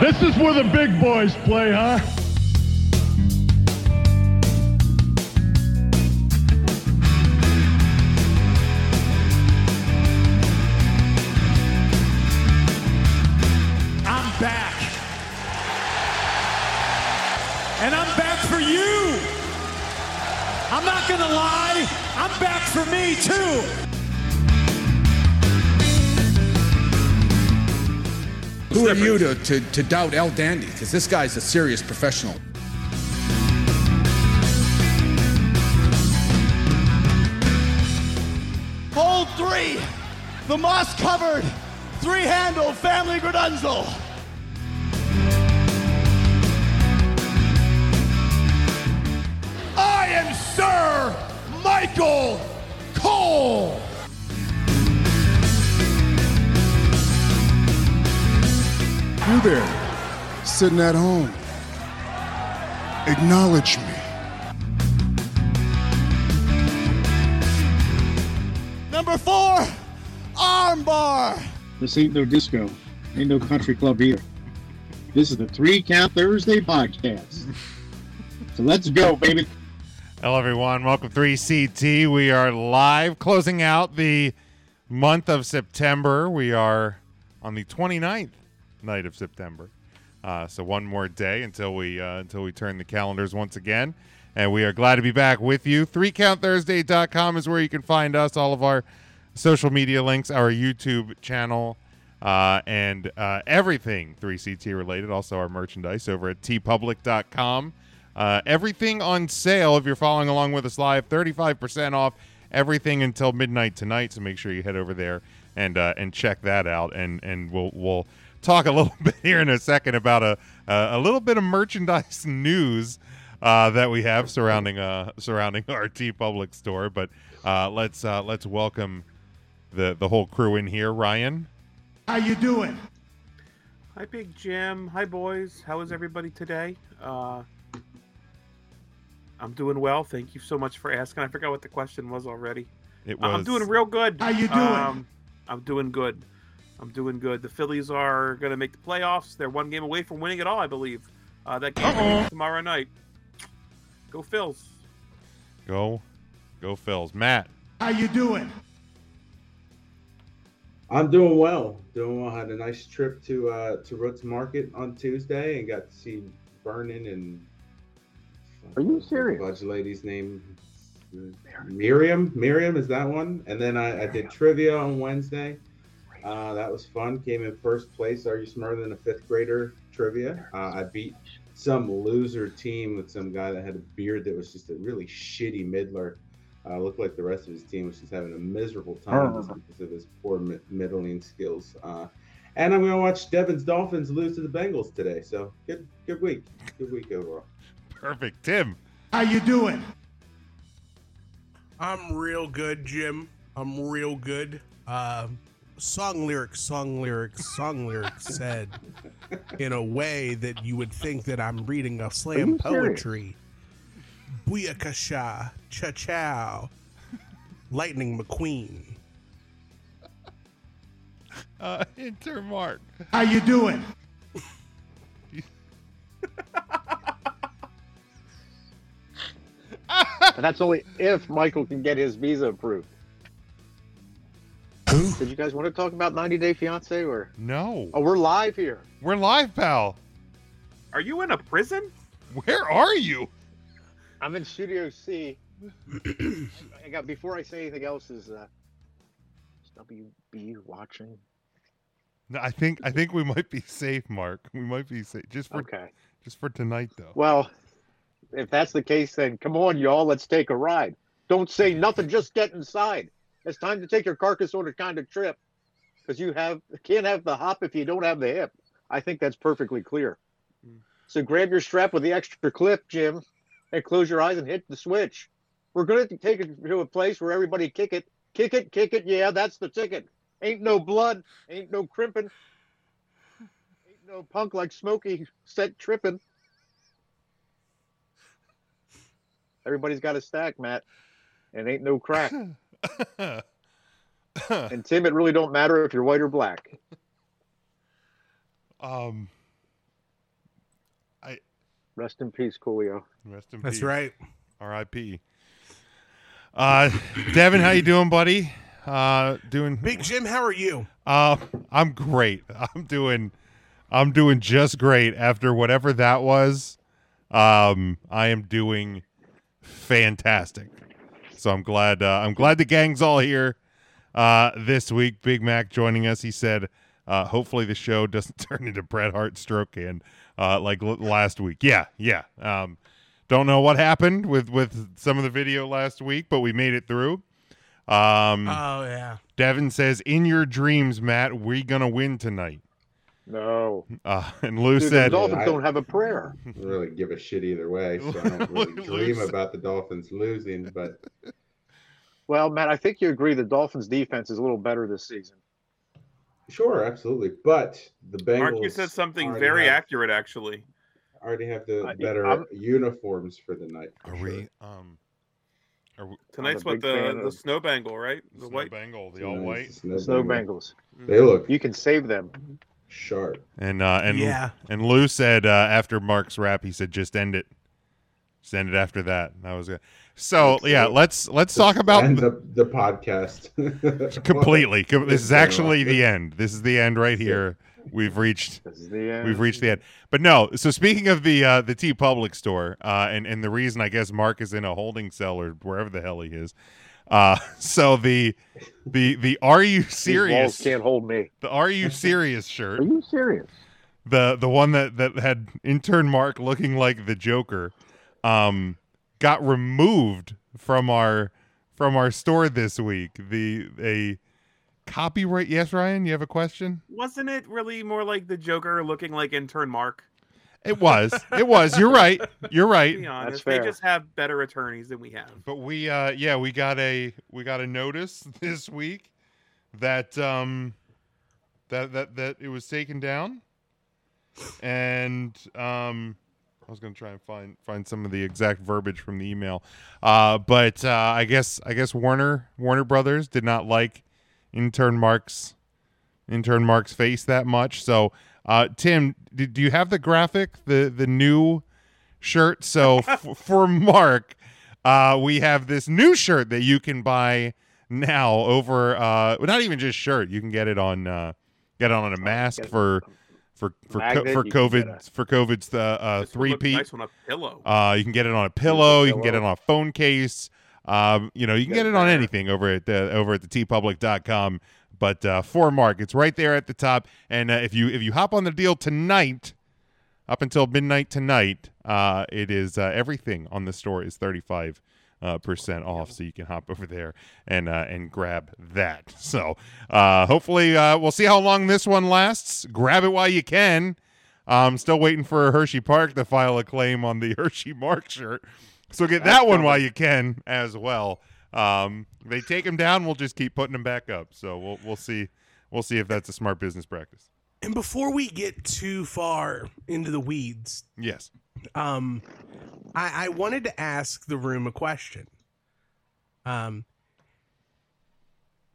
This is where the big boys play, huh? I'm back. And I'm back for you. I'm not going to lie. I'm back for me, too. Who are you to, to, to doubt El Dandy? Because this guy's a serious professional. Hold three, the moss covered, three handle family Grudunzel. I am Sir Michael Cole. You there, sitting at home. Acknowledge me. Number four, armbar. This ain't no disco. Ain't no country club either. This is the Three Count Thursday podcast. So let's go, baby. Hello, everyone. Welcome to 3CT. E We are live closing out the month of September. We are on the 29th night of September. Uh, so one more day until we uh, until we turn the calendars once again. And we are glad to be back with you. 3countthursday.com is where you can find us, all of our social media links, our YouTube channel, uh, and uh, everything 3CT related. Also, our merchandise over at tpublic.com. Uh, everything on sale if you're following along with us live, 35% off everything until midnight tonight. So make sure you head over there and uh, and check that out. And and we'll we'll talk a little bit here in a second about a a, a little bit of merchandise news uh, that we have surrounding uh surrounding our T Public store. But uh, let's uh, let's welcome the the whole crew in here. Ryan, How you doing? Hi, Big Jim. Hi, boys. How is everybody today? Uh, I'm doing well. Thank you so much for asking. I forgot what the question was already. it Uh, was I'm doing real good. Um, How you doing? I'm doing good. I'm doing good. The Phillies are going to make the playoffs. They're one game away from winning it all, I believe. Uh, that game is tomorrow night. Go Phils. go go Phils. Matt, How you doing? I'm doing well. Doing well. Had a nice trip to uh, to Roots Market on Tuesday and got to see Vernon and. uh, Are you serious? Budge lady's name, Miriam. Miriam is that one. And then I, I did trivia on Wednesday. Uh, that was fun. Came in first place. Are you smarter than a fifth grader? Trivia. Uh, I beat some loser team with some guy that had a beard that was just a really shitty middler. Uh, looked like the rest of his team was just having a miserable time Uh-huh. because of his poor mi- middling skills. Uh, and I'm going to watch Devin's Dolphins lose to the Bengals today. So good, good week. Good week overall. perfect. Tim, How you doing? I'm real good, Jim. I'm real good. Uh, song lyrics, song lyrics, song lyrics said in a way that you would think that I'm reading a slam poetry. Booyakasha, cha chow, Lightning McQueen. uh, Intermark. How you doing? And that's only if Michael can get his visa approved. Who? Did you guys want to talk about 90 Day Fiance or? No, Oh, we're live here. we're live, pal. Are you in a prison? Where are you? I'm in Studio C. I got before I say anything else is uh, is WB watching. No, I think I think we might be safe, Mark. We might be safe just for Okay. just for tonight, though. Well, if that's the case, then come on, y'all. Let's take a ride. Don't say nothing. Just get inside. It's time to take your carcass on a kind of trip, because you have can't have the hop if you don't have the hip. I think that's perfectly clear. So grab your strap with the extra clip, Jim, and close your eyes and hit the switch. We're going to take it to a place where everybody kick it, kick it, kick it. Yeah, that's the ticket. Ain't no blood, ain't no crimping, ain't no punk like Smokey set tripping. Everybody's got a stack, Matt, and ain't no crack. and Tim, it really don't matter if you're white or black. Um, Rest in peace, Coolio. Rest in That's peace. right. R.I.P. Uh, Devin, how you doing, buddy? Uh, doing Big Jim, how are you? Uh, I'm great. I'm doing, I'm doing just great after whatever that was. Um, I am doing fantastic. So I'm glad. Uh, I'm glad the gang's all here uh, this week. Big Mac joining us. He said, uh, "Hopefully the show doesn't turn into Bret Hart stroke and uh, like l- last week." Yeah, yeah. Um, don't know what happened with with some of the video last week, but we made it through. Um, Oh yeah. Devin says, "In your dreams, Matt, we gonna win tonight." No. Uh, and Lou Dude, said, the Dolphins I- don't have a prayer. I don't really give a shit either way, so I don't really Lose. dream about the Dolphins losing. But Well, Matt, I think you agree the Dolphins' defense is a little better this season. sure, absolutely. But the Bengals Mark, you said something already very have, accurate, actually. already have the I- better I'm- uniforms for the night. for "Are sure. we um, are we Tonight's I'm a what big fan the of- the snow bangle, right? The Snow white. Bengal, the You all know, white?" it's The no Snow Bengals. Bengals. They look You can save them. sharp. And uh, and yeah. and Lou said uh, after Mark's rap, he said, "Just end it, just end it after that." And that was good. So yeah, let's let's talk about and the, the podcast completely. Com- This is Well, actually the end. This is the end right here. We've reached This is the end. we've reached the end. But no, so speaking of the uh, the T Public store, uh, and and the reason I guess Mark is in a holding cell or wherever the hell he is. Uh, so the the the Are You These walls Serious can't hold me. the Are You Serious shirt Are you serious? the the one that that had intern Mark looking like the Joker, um, got removed from our from our store this week. The a copyright. Yes, Ryan, you have a question. Wasn't it really more like the Joker looking like intern Mark? It was. It was. You're right. You're To Mm, be right. honest, fair. they just have better attorneys than we have. But we uh yeah we got a we got a notice this week that um that that that it was taken down and um I was gonna try and find find some of the exact verbiage from the email uh but uh I guess I guess Warner Warner Brothers did not like intern Mark's intern Mark's face that much so uh Tim do, do you have the graphic the the new shirt so f- for Mark uh, we have this new shirt that you can buy now over uh well, not even just shirt you can get it on uh get it on a mask get it. for for for co- Magnet, for you can get covid for covid's the uh This would three look p Nice on a pillow. uh you can get it on a pillow you can get it pillow. on a phone case um you know you can Get get it it on there. anything over at the over at the tpublic.com but uh for mark it's right there at the top and uh, if you if you hop on the deal tonight up until midnight tonight uh it is uh, everything on the store is 35 uh, percent off so you can hop over there and uh, and grab that so uh hopefully uh we'll see how long this one lasts grab it while you can i'm still waiting for hershey park to file a claim on the hershey mark shirt so get that one while you can as well um they take them down we'll just keep putting them back up so we'll we'll see we'll see if that's a smart business practice And before we get too far into the weeds, yes um, I, I wanted to ask the room a question. Um,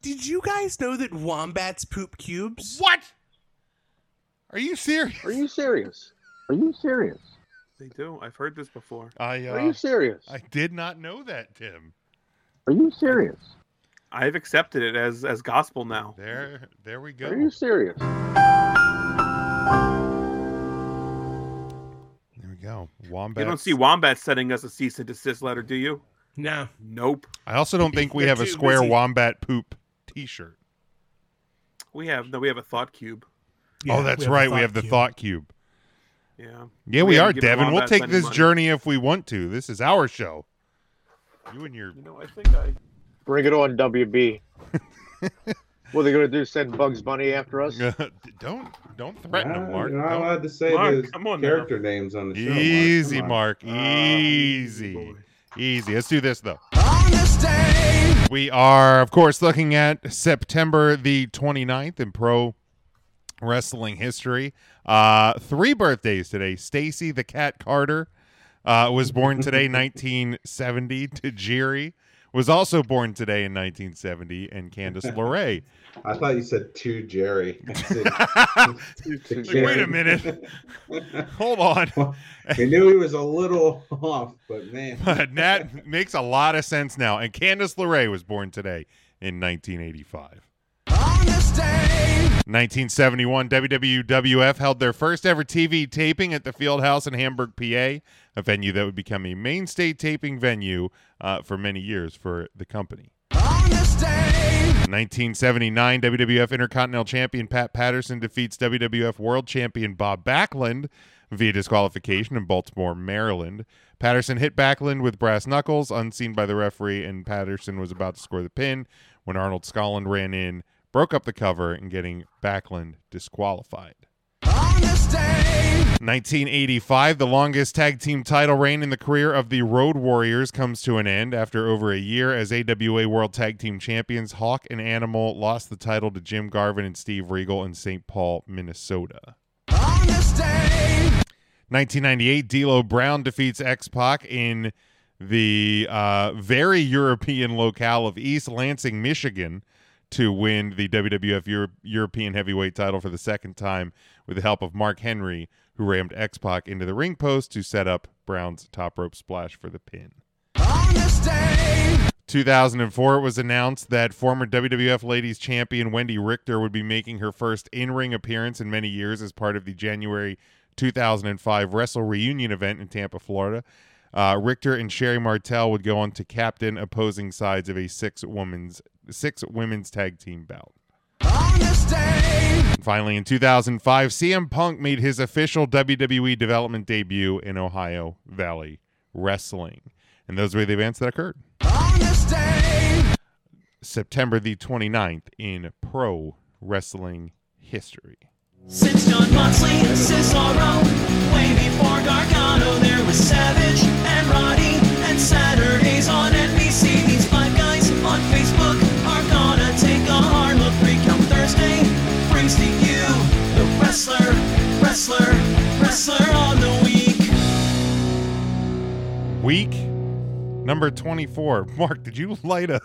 did you guys know that wombats poop cubes? what are you serious Are you serious? Are you serious? They do. I've heard this before. I Are you uh, serious? I did not know that, Tim. Are you serious? I've accepted it as as gospel now. There, there we Are you go. serious? There we go. Wombat. You don't see Wombat sending us a cease and desist letter, do you? No. Oh, Nope. I also don't think we They're have a too square busy. wombat poop T-shirt. We have no. We have a thought cube. oh, that's right. We have the thought cube. Yeah. Yeah, We we, haven't are, given Devin. We'll wombats take any this money. journey if we want to. This is our show. You and your You know, I think I. Bring it on, WB. what are they going to do? Send Bugs Bunny after us? don't don't threaten Ah, him, Mark. You're not Don't- allowed to say Mark, those come on now. character names on the show. Mark. Easy, Come on. Ah, Mark. Easy. Easy. Let's do this, though. We are, of course, looking at September the 29th in pro wrestling history. Uh, three birthdays today. Stacy the Cat Carter uh, was born today, 1970. Tajiri was also born today in 1970, and Candace LeRae. I thought you said two Jerry. I said- Like, wait a minute. Hold on. I knew he was a little off, but man. But that makes a lot of sense now. And Candace LeRae was born today in 1985. 1971, WWWF held their first ever TV taping at the Fieldhouse in Hamburg, PA, a venue that would become a mainstay taping venue uh, for many years for the company. 1979, WWF Intercontinental Champion Pat Patterson defeats WWF World Champion Bob Backlund via disqualification in Baltimore, Maryland. Patterson hit Backlund with brass knuckles, unseen by the referee, and Patterson was about to score the pin when Arnold Scotland ran in, broke up the cover, and getting Backlund disqualified. 1985, the longest tag team title reign in the career of the Road Warriors comes to an end after over a year as AWA World Tag Team Champions Hawk and Animal lost the title to Jim Garvin and Steve Regal in St. Paul, Minnesota. 1998, D'Lo Brown defeats X Pac in the uh, very European locale of East Lansing, Michigan, to win the WWF Euro- European Heavyweight title for the second time with the help of Mark Henry, who rammed X Pac into the ring post to set up Brown's top rope splash for the pin. 2004, it was announced that former WWF Ladies Champion Wendy Richter would be making her first in ring appearance in many years as part of the January 2005 Wrestle Reunion event in Tampa, Florida. Uh, Richter and Sherry Martel would go on to captain opposing sides of a six women's six women's tag team bout. Finally, in 2005, CM Punk made his official WWE development debut in Ohio Valley Wrestling. And those were the events that occurred. September the 29th in pro wrestling history. Since John Moxley, Cesaro, way before Gargano, there was Savage and Roddy and Saturdays on NBC. These five guys on Facebook are gonna take a hard look. Recount Thursday brings to you the wrestler, wrestler, wrestler on the week. Week number 24. Mark, did you light a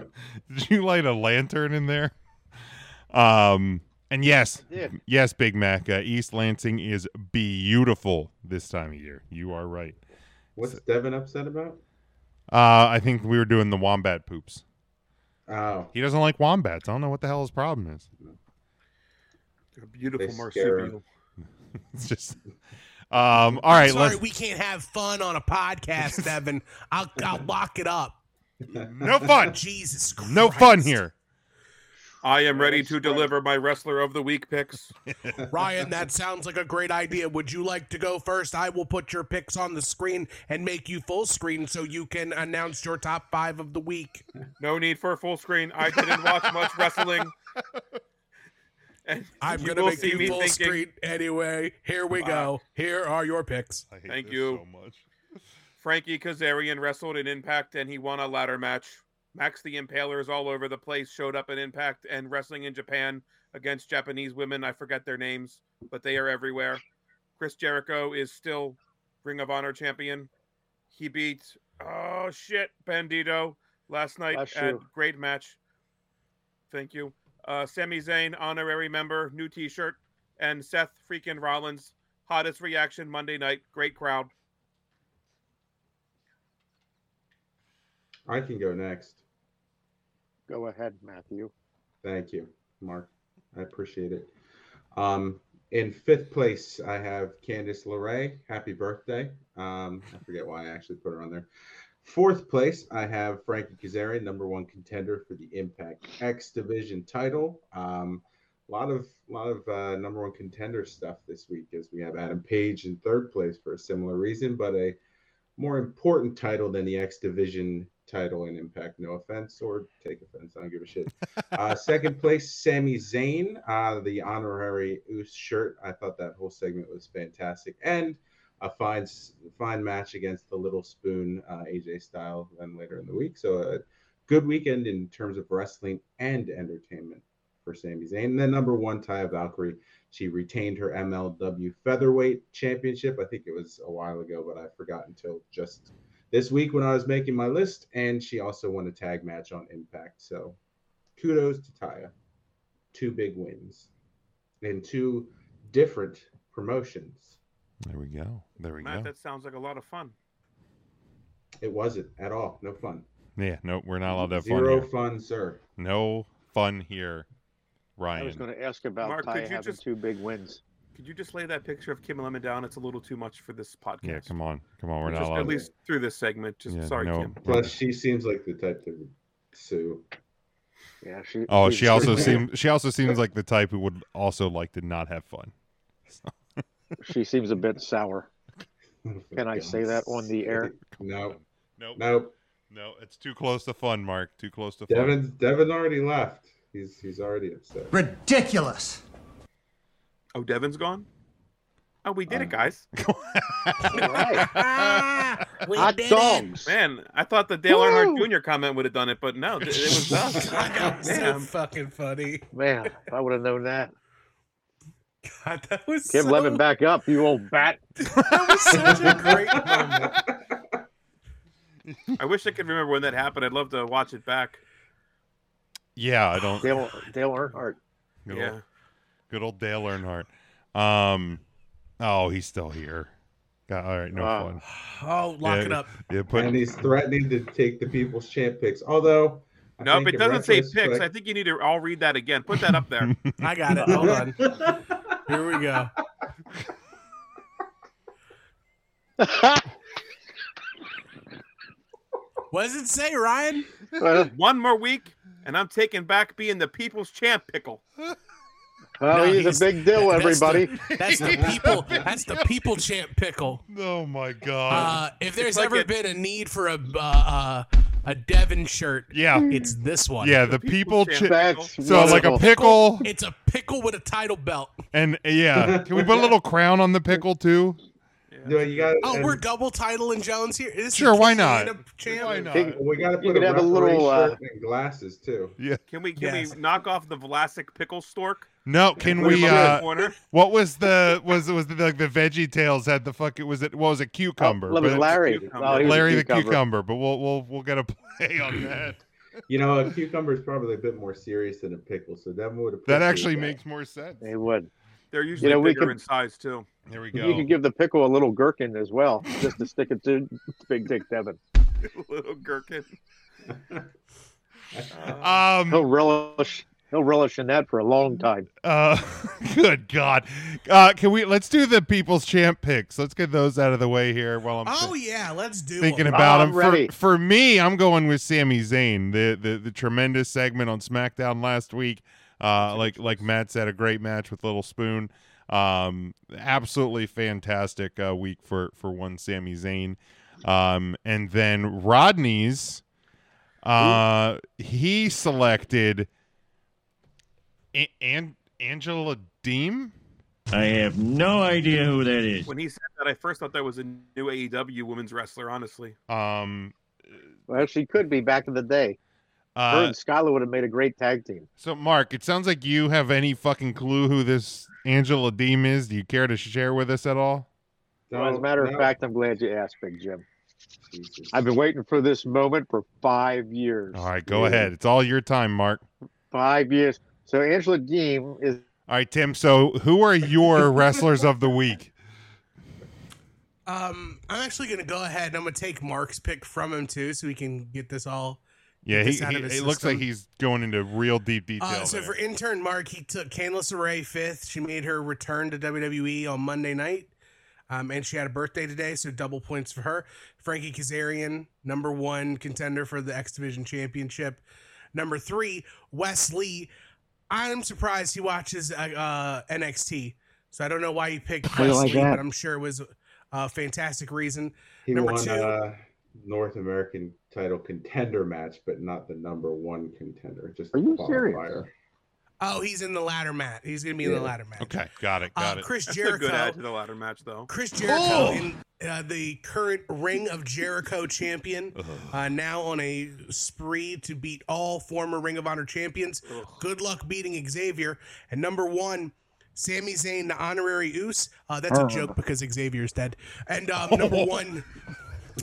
did you light a lantern in there? Um and yes, Yeah. yes, Big Mac, uh, East Lansing is beautiful this time of year. You are right. What's Devin upset about? Uh, I think we were doing the wombat poops. Oh. He doesn't like wombats. I don't know what the hell his problem is. They're beautiful They scare marsupial. It's just um all right, Sorry, let's we can't have fun on a podcast, Devin. I'll, I'll lock it up. No fun. Jesus Christ. no fun here. I am ready to deliver my wrestler of the week picks. Ryan, that sounds like a great idea. Would you like to go first? I will put your picks on the screen and make you full screen so you can announce your top five of the week. No need for a full screen. I didn't watch much wrestling. And I'm you going to will make see you me full thinking- screen anyway. Here we go. Here are your picks. I hate Thank this you. so much. Frankie Kazarian wrestled in Impact and he won a ladder match. Max the Impaler is all over the place, showed up in Impact and wrestling in Japan against Japanese women. I forget their names, but they are everywhere. Chris Jericho is still Ring of Honor champion. He beat, oh shit, Bandito last night Bless at you. great match. Thank you. Uh, Sami Zayn, honorary member, new t shirt, and Seth freaking Rollins, hottest reaction Monday night. Great crowd. I can go next. Go ahead, Matthew. Thank you, Mark. I appreciate it. Um, in fifth place, I have Candice LeRae. Happy birthday. Um, I forget why I actually put her on there. Fourth place, I have Frankie Kazarian, number one contender for the Impact X Division title. Um, a lot of lot of uh, number one contender stuff this week, as we have Adam Page in third place for a similar reason, but a more important title than the X Division title in Impact. No offense, or take offense. I don't give a shit. Uh, second place, Sami Zayn, uh, the honorary Oos shirt. I thought that whole segment was fantastic, and a fine, s- fine match against the Little Spoon, uh, AJ Style, then later in the week. So a good weekend in terms of wrestling and entertainment for Sami Zayn. And then number one, Taya Valkyrie. She retained her MLW Featherweight Championship. I think it was a while ago, but I forgot until just this week when I was making my list, and she also won a tag match on Impact. So kudos to Taya. Two big wins in two different promotions. There we go. There we go. Matt, that sounds like a lot of fun. It wasn't at all. No fun. Yeah, no, we're not allowed to have fun. Zero Here. fun, sir. No fun here, Ryan. I was going to ask about Mark, Ty could you having just- two big wins. Could you just lay that picture of Kim Lemon down? It's a little too much for this podcast. Yeah, come on, come on. We're not Just allowed. at least through this segment. Just Yeah, sorry, no. Kim. Plus, she seems like the type to sue. Yeah, she. Oh, she also seems she also seems like the type who would also like to not have fun. She seems a bit sour. Can I say that on the air? No. Nope. Nope. No, it's too close to fun, Mark. Too close to fun. Devin Devin already left. He's he's already upset. Ridiculous. Oh, Devin's gone. Oh, we Uh, did it, guys. We Hot did it. dogs. Man, I thought the Dale Earnhardt Jr. comment would have done it, but no, it, it was us. so Damn. fucking funny. Man, if I would have known that. God, that was Kim so, Lemon back up, you old bat. That was such a great moment. I wish I could remember when that happened. I'd love to watch it back. Yeah, I don't. Dale, Dale Earnhardt. Good Yeah. Old, good old Dale Earnhardt. Um, oh, he's still here. God, all right, no Uh, Ah. fun. Oh, lock Yeah, it up. Yeah, put and he's threatening to take the people's champ picks. Although, I No, think but it in doesn't say retrospect- picks. I think you need to. I'll read that again. Put that up there. I got it. Hold on. Here we go. What does it say, Ryan? One more week, and I'm taking back being the people's champ pickle. Well, No, he's, a he's- big deal, that's the- everybody. That's the people. That's the people champ pickle. Oh my god. Uh, if there's like ever it- been a need for a uh, uh, a Devon shirt, yeah, it's this one. yeah. The people. People's chi- champ That's pickle. so like a pickle It's a pickle with a title belt. and uh, yeah. Can we put a little crown on the pickle too? No, you got. Oh, we're double titling Jones here. This is Sure, why Canada not? champ. Why not? Pig- we got to You put could a have a referee little, uh, shirt and glasses too. Yeah. Can we can Yes. we knock off the Vlasic pickle stork? No, can Put him we? up in the uh corner? What was the was was the, like the Veggie Tales had the fuck? It was it what was it cucumber? Lemon but- Oh, Larry. cucumber. Oh, he was a Larry the cucumber. But we'll we'll we'll get a play on that. You know, a cucumber is probably a bit more serious than a pickle, so Devin would have. That actually makes more sense. He would. They're usually know, we bigger could- in size too. There we You go. could give the pickle a little gherkin as well, just to stick it to Big Dick Devin. Little gherkin. Um. He'll relish. He'll relish in that for a long time. Uh, good God. Uh, can we let's do the people's champ picks? Let's get those out of the way here while I'm Oh thi- yeah, let's do thinking it. about I'm them. ready. For, for me, I'm going with Sami Zayn. The, the the tremendous segment on SmackDown last week. Uh, like like Matt said, a great match with Little Spoon. Um, absolutely fantastic uh, week for for one Sami Zayn. Um, and then Rodney's. Uh, he selected. A- An- Angela Deem. I have no idea who that is. When he said that, I first thought that was a new AEW women's wrestler. Honestly, Um, Well, she could be back in the day. Her uh, and Skylar would have made a great tag team. so Mark, it sounds like you have any fucking clue who this Angela Deem is. Do you care to share with us at all? Well, as a matter of fact, I'm glad you asked, Big Jim. I've been waiting for this moment for five years. All right, go ahead. It's all your time, Mark. Five years. So Angela Deem is All right, Tim. So who are your wrestlers of the week? Um, I'm actually gonna go ahead and I'm gonna take Mark's pick from him too, so we can get this all. Yeah, Get he, this out he- of his it looks system. like he's going into real deep detail. Uh, so there. for intern Mark, he took Candice LeRae fifth. She made her return to WWE on Monday night, um, and she had a birthday today, so double points for her. Frankie Kazarian, number one contender for the X Division Championship. Number three, Wesley. I'm surprised he watches uh, uh, NXT, so I don't know why he picked Why you like Wesley, that? but I'm sure it was a fantastic reason. he number won two- a North American title contender match, but not the number one contender. Just Are you the serious? qualifier. Oh, he's in the ladder mat. He's gonna be in the Yeah. ladder mat. okay, got it, Uh, got it. Chris that's a Jericho. good add to the ladder match, though. Chris Jericho, in, uh, the current Ring of Jericho champion, Uh-huh. uh, now on a spree to beat all former Ring of Honor champions. Good luck beating Xavier. And number one, Sami Zayn, the honorary Oos. Uh, that's a joke because Xavier's dead. And um, number one,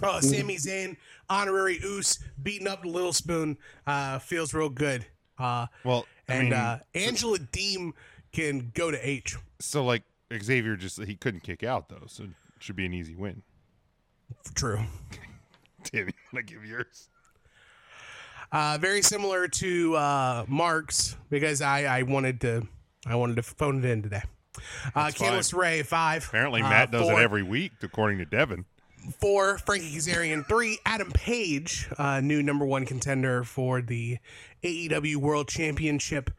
Oh, Sami Zayn, honorary Oos, beating up Little Spoon. Uh, feels real good. Uh, well, I and mean, uh, Angela Deem can go to H. So like Xavier just he couldn't kick out though, so it should be an easy win. True. Damn, you want to give yours? Uh, very similar to uh, Mark's because I, I wanted to I wanted to phone it in today. Uh, That's fine. Kayla Ray five. Apparently, Uh, Matt does four. it every week, according to Devin. four, Frankie Kazarian three, Adam Page, uh, new number one contender for the AEW World Championship.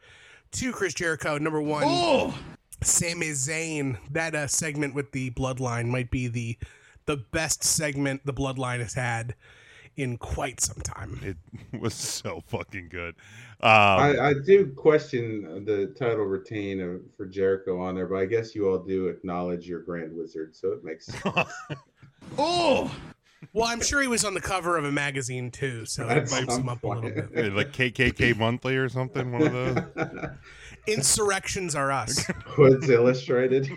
Two, Chris Jericho, number one. Oh! Sami Zayn. That uh, segment with the Bloodline might be the the best segment the Bloodline has had in quite some time. It was so fucking good. Um, I, I do question the title retain of, for Jericho on there, but I guess you all do acknowledge your Grand Wizard, so it makes sense. Oh. Well, I'm sure he was on the cover of a magazine too, so that That's bumps him some up a little bit. Uh, like KKK Monthly or something, one of those. Insurrections are us. Woods Illustrated.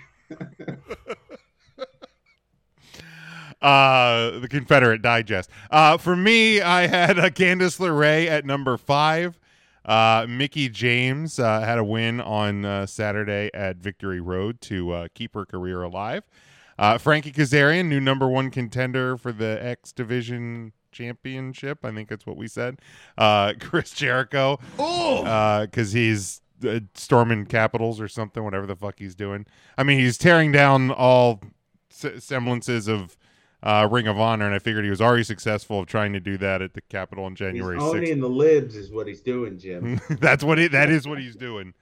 Uh, the Confederate Digest. Uh, for me, I had uh, Candice LeRae at number five. Uh, Mickey James uh, had a win on uh, Saturday at Victory Road to uh, keep her career alive. Uh, Frankie Kazarian, new number one contender for the X Division Championship. I think that's what we said. Uh, Chris Jericho. Oh! Because he's uh, storming capitals or something, whatever the fuck he's doing. I mean, he's tearing down all se- semblances of uh, Ring of Honor, and I figured he was already successful of trying to do that at the Capitol on He's January 6th. owning the libs is what he's doing, Jim. That's what he, that is what he's doing.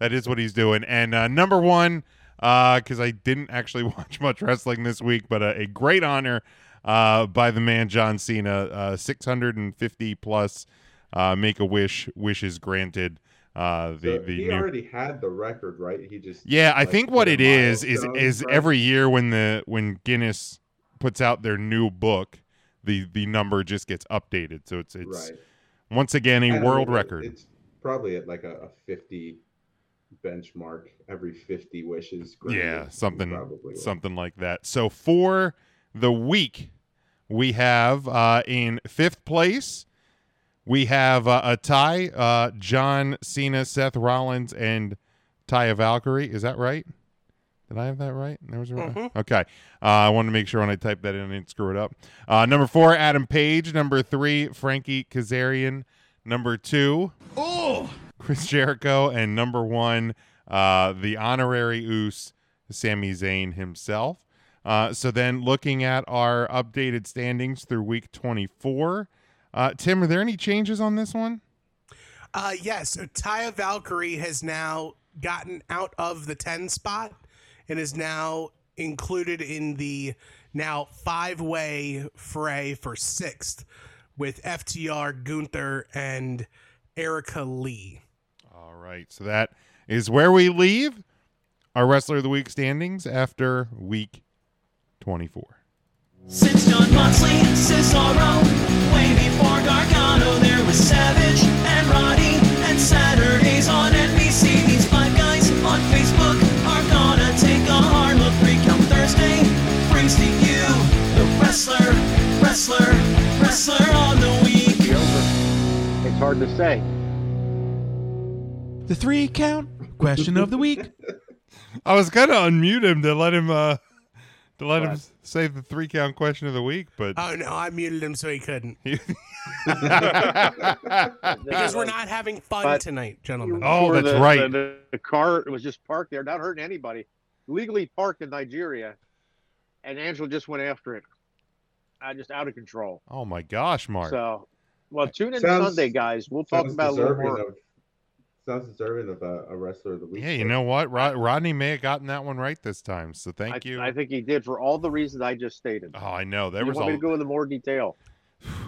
That is what he's doing. And uh, number one, because I didn't actually watch much wrestling this week, but uh, a great honor uh, by the man John Cena. Uh, 650 plus uh, Make a Wish wishes granted. Uh, the So the he new- already had the record, right? He just yeah, I like, think what hit it a is is milestone, is right? every year when the when Guinness puts out their new book, the the number just gets updated. So it's it's Right. once again I a don't world know, record. It's probably at like a, a fifty benchmark. Every fifty wishes. granted yeah, is something Probably what- something like that. So for the week, we have uh, in fifth place, we have uh, a tie: uh, John Cena, Seth Rollins, and Taya Valkyrie. Is that right? Did I have that right? There was a Mhm. okay. Uh, I wanted to make sure when I typed that in, I didn't screw it up. Uh, number four, Adam Page. Number three, Frankie Kazarian. Number two, Oh! Chris Jericho, and number one, uh, the honorary Oos, Sami Zayn himself. Uh, so then, looking at our updated standings through week 24, uh, Tim, are there any changes on this one? Uh, yes, so Taya Valkyrie has now gotten out of the 10 spot and is now included in the now five way fray for sixth with FTR, Gunther, and Erica Lee. All right. So that is where we leave our Wrestler of the Week standings after week 24. Since John Moxley and Cesaro, way before Gargano, there was Savage and Roddy, and Saturdays on NBC. These five guys on Facebook are gonna take a hard look. Recount Thursday brings to you the wrestler, wrestler, wrestler on the week. It's hard to say. The three count question of the week. I was going to unmute him to let him. Uh... To let him say the three count question of the week, but Oh no, I muted him so he couldn't. because because we're not having fun But- tonight, gentlemen. Oh, Or that's the- right. The, the car was just parked there, not hurting anybody. Legally parked in Nigeria, and Angela just went after it. I just out of control. Oh my gosh, Mark. So, well, tune in Sounds- Sunday, guys. We'll talk sounds about it a little deserving more. of- sounds deserving of a, a wrestler of the week. Yeah, you know what? Rod- Rodney may have gotten that one right this time. So thank I, you. I think he did for all the reasons I just stated. oh, I know there you was want all. me to go into more detail?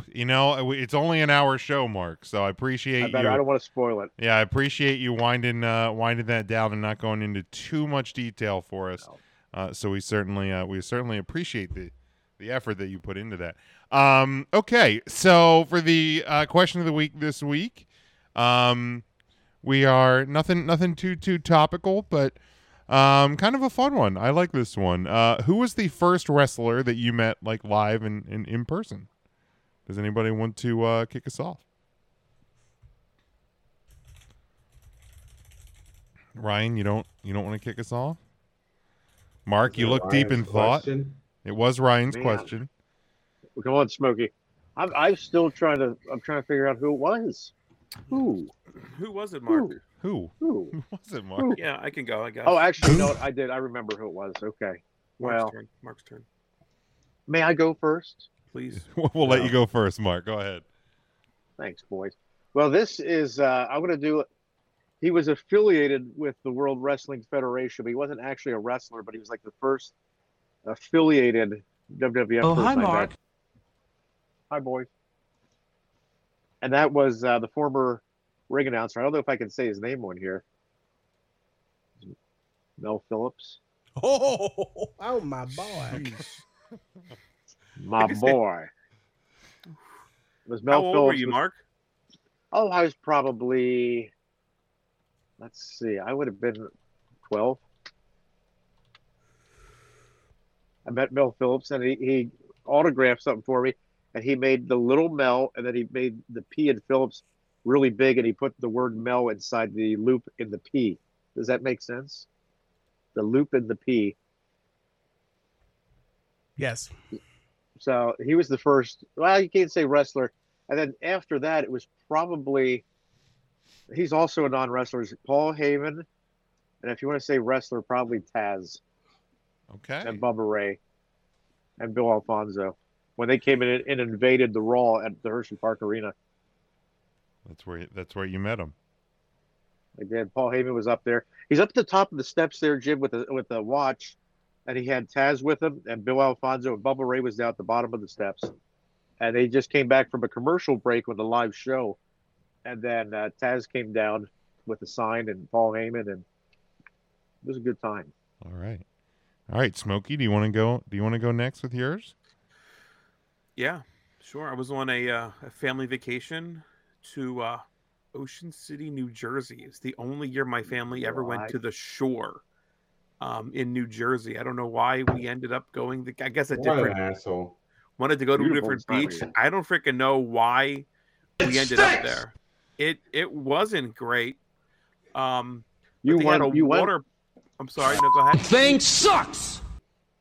You know, I- we- it's only an hour show, Mark. So I appreciate I better. you. I don't want to spoil it. yeah, I appreciate you winding uh, winding that down and not going into too much detail for us. Uh, so we certainly uh, we certainly appreciate the the effort that you put into that. Um, okay, so for the uh, question of the week this week, um, we are nothing nothing too too topical, but Um, kind of a fun one. I like this one. Uh, who was the first wrestler that you met like live and, and in person? Does anybody want to uh, kick us off? Ryan, you don't you don't want to kick us off? Mark, you it look deep in Ryan's thought. question? It was Ryan's Man. question. Well, Come on, Smokey. I'm, I'm still trying to. I'm trying to figure out who it was. Who? Who was it, Mark? Who? Who? was it, Mark? Yeah, I can go. I guess. Oh, actually, no. I did. I remember who it was. Okay. Mark's Well, turn. Mark's turn. may I go first? Please. We'll we'll let you go first, Mark. Go ahead. Thanks, boys. Well, this is. Uh, I'm going to do. He was affiliated with the World Wrestling Federation, but he wasn't actually a wrestler. But he was like the first affiliated WWF. Oh, person hi, I met. Mark. Hi, boys. And that was uh, the former ring announcer. I don't know if I can say his name on here. Mel Phillips. Oh, oh my boy. My boy. It was Mel How old were Phillips you, was- Mark? Oh, I was probably, let's see, I would have been 12. I met Mel Phillips and he, he autographed something for me and he made the little Mel and then he made the P in Phillips really big and he put the word Mel inside the loop in the P. Does that make sense? The loop in the P. Yes. So he was the first. Well, you can't say wrestler. And then after that, it was probably. He's also a non-wrestler. It's Paul Heyman, and if you want to say wrestler, probably Taz. Okay. And Bubba Ray, and Bill Alfonso, when they came in and invaded the Raw at the Hershey Park Arena. That's where that's where you met him. They did. Paul Heyman was up there. He's up at the top of the steps there, Jim, with a with a watch, and he had Taz with him, and Bill Alfonso and Bubba Ray was down at the bottom of the steps, and they just came back from a commercial break with a live show, and then uh, Taz came down with a sign and Paul Heyman, and it was a good time. All right. All right, Smokey, do you want to go do you want to go next with yours? Yeah, sure. I was on a, uh, a family vacation to uh, Ocean City, New Jersey. It's the only year my family ever went Right. to the shore um, in New Jersey. I don't know why we ended up going. The, I guess a What an different asshole. Wanted to go to a Beautiful different property. beach. I don't freaking know why we ended up there. It it wasn't great. Um, but You they had went- a you went- water. I'm sorry. No, go ahead. Thing sucks.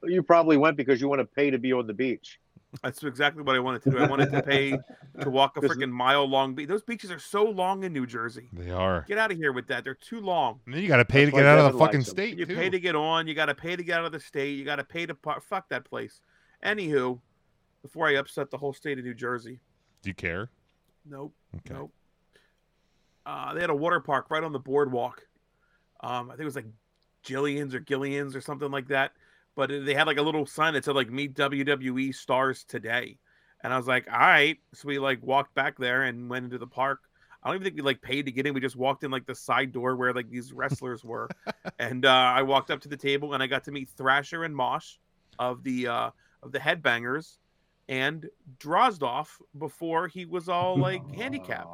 You probably went because you want to pay to be on the beach. That's exactly what I wanted to do. I wanted to pay to walk a freaking mile long beach. Those beaches are so long in New Jersey. They are. Get out of here with that. They're too long. And then you got to pay to get out of the fucking state. You pay to get on. You got to pay to get out of the state. You got to pay to par- fuck that place. Anywho, before I upset the whole state of New Jersey, Do you care? nope, nope. Uh, they had a water park right on the boardwalk. Um, I think it was like Jillian's or Gillian's or something like that. But they had like a little sign that said like "Meet WWE stars today," and I was like, "All right." So we like walked back there and went into the park. I don't even think we like paid to get in. We just walked in like the side door where like these wrestlers were, and uh, I walked up to the table and I got to meet Thrasher and Mosh of the uh, of the Headbangers and Drozdov before he was all like handicapped.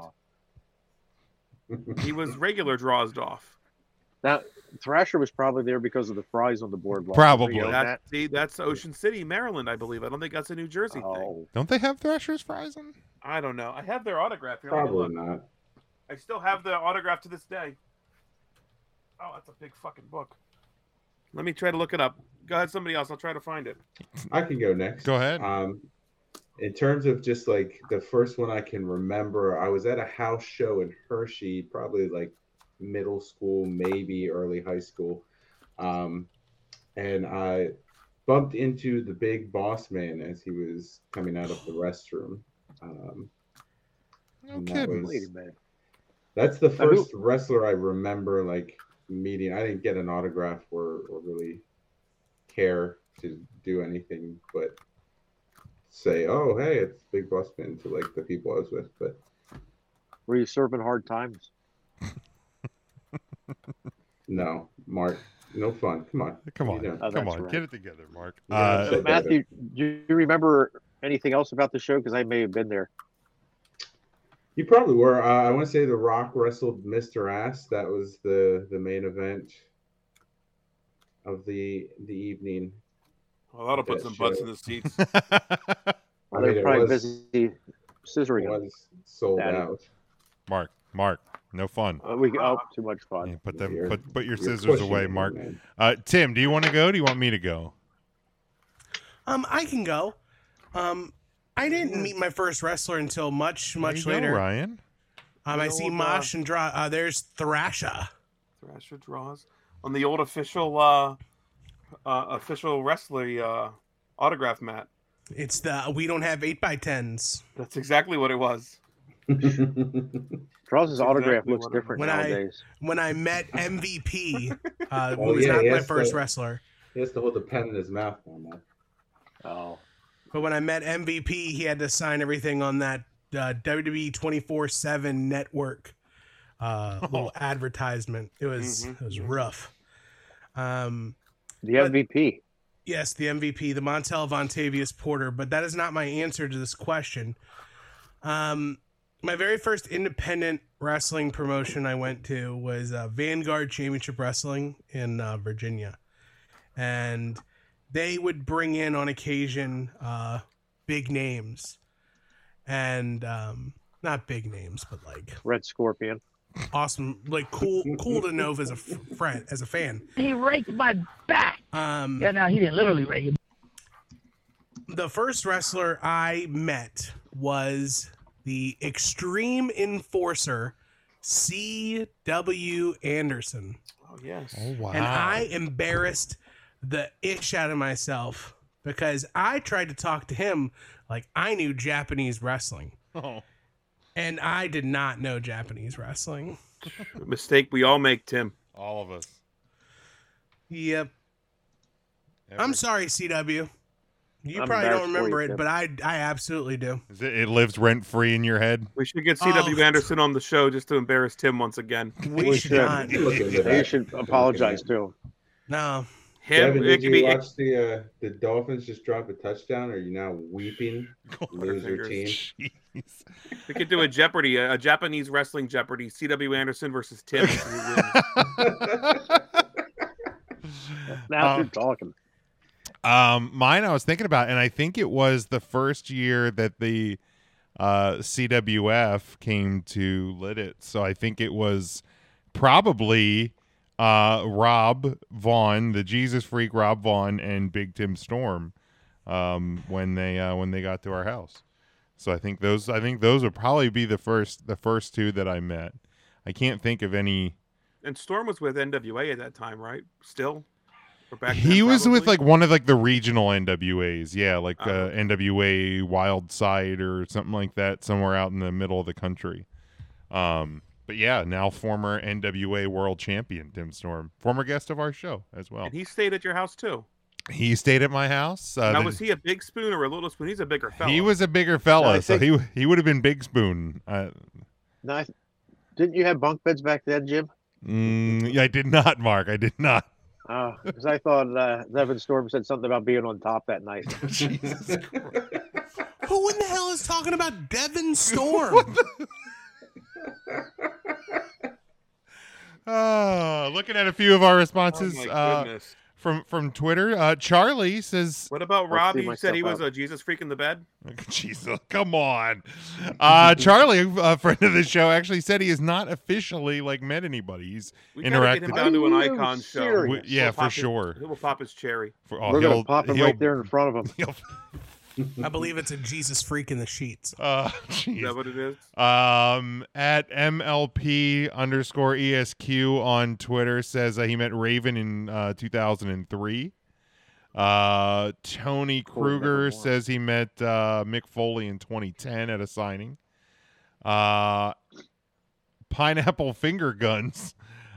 He was regular Drozdov. Now Thrasher was probably there because of the fries on the boardwalk. You know That, that? see, that's Ocean City, Maryland, I believe. I don't think that's a New Jersey Oh. thing. Don't they have Thrasher's fries on? I don't know. I have their autograph here. Let me Probably look. not. I still have the autograph to this day. Oh, that's a big fucking book. Let me try to look it up. Go ahead, somebody else. I'll try to find it. I can go next. Go ahead. Um, in terms of just like the first one I can remember, I was at a house show in Hershey, probably like middle school, maybe early high school. Um, and I bumped into the big boss man as he was coming out of the restroom. Um, no and that kidding. was- Wait a minute. that's the Now, who- first wrestler I remember like meeting. I didn't get an autograph or, or really care to do anything but say, "Oh, hey, it's Big Boss Man" to like the people I was with. But Were you serving hard times? no, Mark, no fun. Come on, come on, Oh, Come that's on, right. get it together, Mark. Yeah, Uh, So, Matthew, do you remember anything else about the show? Because I may have been there. You probably were. Uh, I want to say The Rock wrestled Mr. Ass. That was the the main event. of the the evening. Well, that'll put some That butts in show. the seats. I Well, mean, they're it probably was- busy scissoring. it was sold Daddy. out. Mark, Mark, no fun. Uh, we oh, too much fun. put them, put put your you're scissors pushing away, it, Mark. man. Uh, Tim, do you want to go? Do you want me to go? Um, I can go. Um, I didn't meet my first wrestler until much, much you go, later. Ryan. Um, I The see old, uh, Mosh and Draw. Uh, there's Thrasha. Thrasher draws on the old official uh, uh official wrestler uh autograph mat. It's the we don't have eight by tens. That's exactly what it was. Draws' autograph exactly looks what it different When nowadays. I when I met MVP, uh, Oh, who was yeah, not he my has first to- wrestler, He has to hold the pen in his mouth on that. Oh, but when I met MVP, he had to sign everything on that uh, WWE twenty four seven network uh, little advertisement. It was Mhm. Mm-hmm. it was rough. Um, the MVP. Yes, the MVP, the Montel Vontavious Porter, but that is not my answer to this question. Um, my very first independent wrestling promotion I went to was uh, Vanguard Championship Wrestling in uh, Virginia, and they would bring in on occasion uh, big names, and um, not big names, but like Red Scorpion. awesome, like cool, cool to know as a f- friend, as a fan. He raked my back. Um, yeah, no, he didn't literally rake it. the first wrestler I met was the Extreme Enforcer, C.W. Anderson. Oh yes. Oh wow. And I embarrassed the ish out of myself because I tried to talk to him like I knew Japanese wrestling. Oh. And I did not know Japanese wrestling. Mistake we all make, Tim. All of us. Yep. I'm sorry, CW. You I'm probably embarrassed don't for remember you, it, Tim. but I I absolutely do. Is it, it lives rent free in your head. We should get C.W. Oh. Anderson on the show just to embarrass Tim once again. We We should should. not. You look into You that. should apologize to him. No. Him, Devin, it did could you be- watch the uh, the Dolphins just drop a touchdown? Are you now weeping, loser team? fingers. We could do a Jeopardy, a, a Japanese wrestling Jeopardy. C.W. Anderson versus Tim. Who wins? Now Um, you're talking. Um, mine I was thinking about, and I think it was the first year that the uh, CWF came to lit it. So I think it was probably uh, Rob Vaughn, the Jesus Freak, Rob Vaughn, and Big Tim Storm um, when they uh, when they got to our house. So I think those I think those would probably be the first the first two that I met. I can't think of any. and Storm was with NWA at that time, right? Still, or back he then, was with probably? like one of like the regional NWAs, yeah, like uh, Oh. NWA Wild Side or something like that, somewhere out in the middle of the country. Um, but yeah, now former NWA World Champion Tim Storm, former guest of our show as well. And he stayed at your house too. He stayed at my house. Uh, now, the- was he a big spoon or a little spoon? He's a bigger fella. he was a bigger No, fella, I so he he would have been Big Spoon. Uh, No, I- didn't you have bunk beds back then, Jim? mm, yeah, I did not, Mark. I did not. Because I thought uh, Devin Storm said something about being on top that night. Jesus Who in the hell is talking about Devin Storm? Uh, looking at a few of our responses Oh my uh, goodness. from from Twitter, uh, Charlie says, What about Rob? You said he was a Jesus freak in the bed. Jesus, come on. Uh, Charlie, a friend of the show, actually said he has not officially like met anybody. He's We gotta get interacted. him down to an Are you icon show. serious? We- yeah, He'll for pop his- sure. He will pop his cherry. For, oh, We're gonna he'll- pop him he'll- right there in front of him. he'll- I believe it's a Jesus freak in the sheets. Uh, jeez. Is that what it is? Um, at MLP underscore ESQ on Twitter says uh, he met Raven in uh, 2003. Uh, Tony Kruger says he met uh, Mick Foley in 2010 at a signing. Uh, Pineapple Finger Guns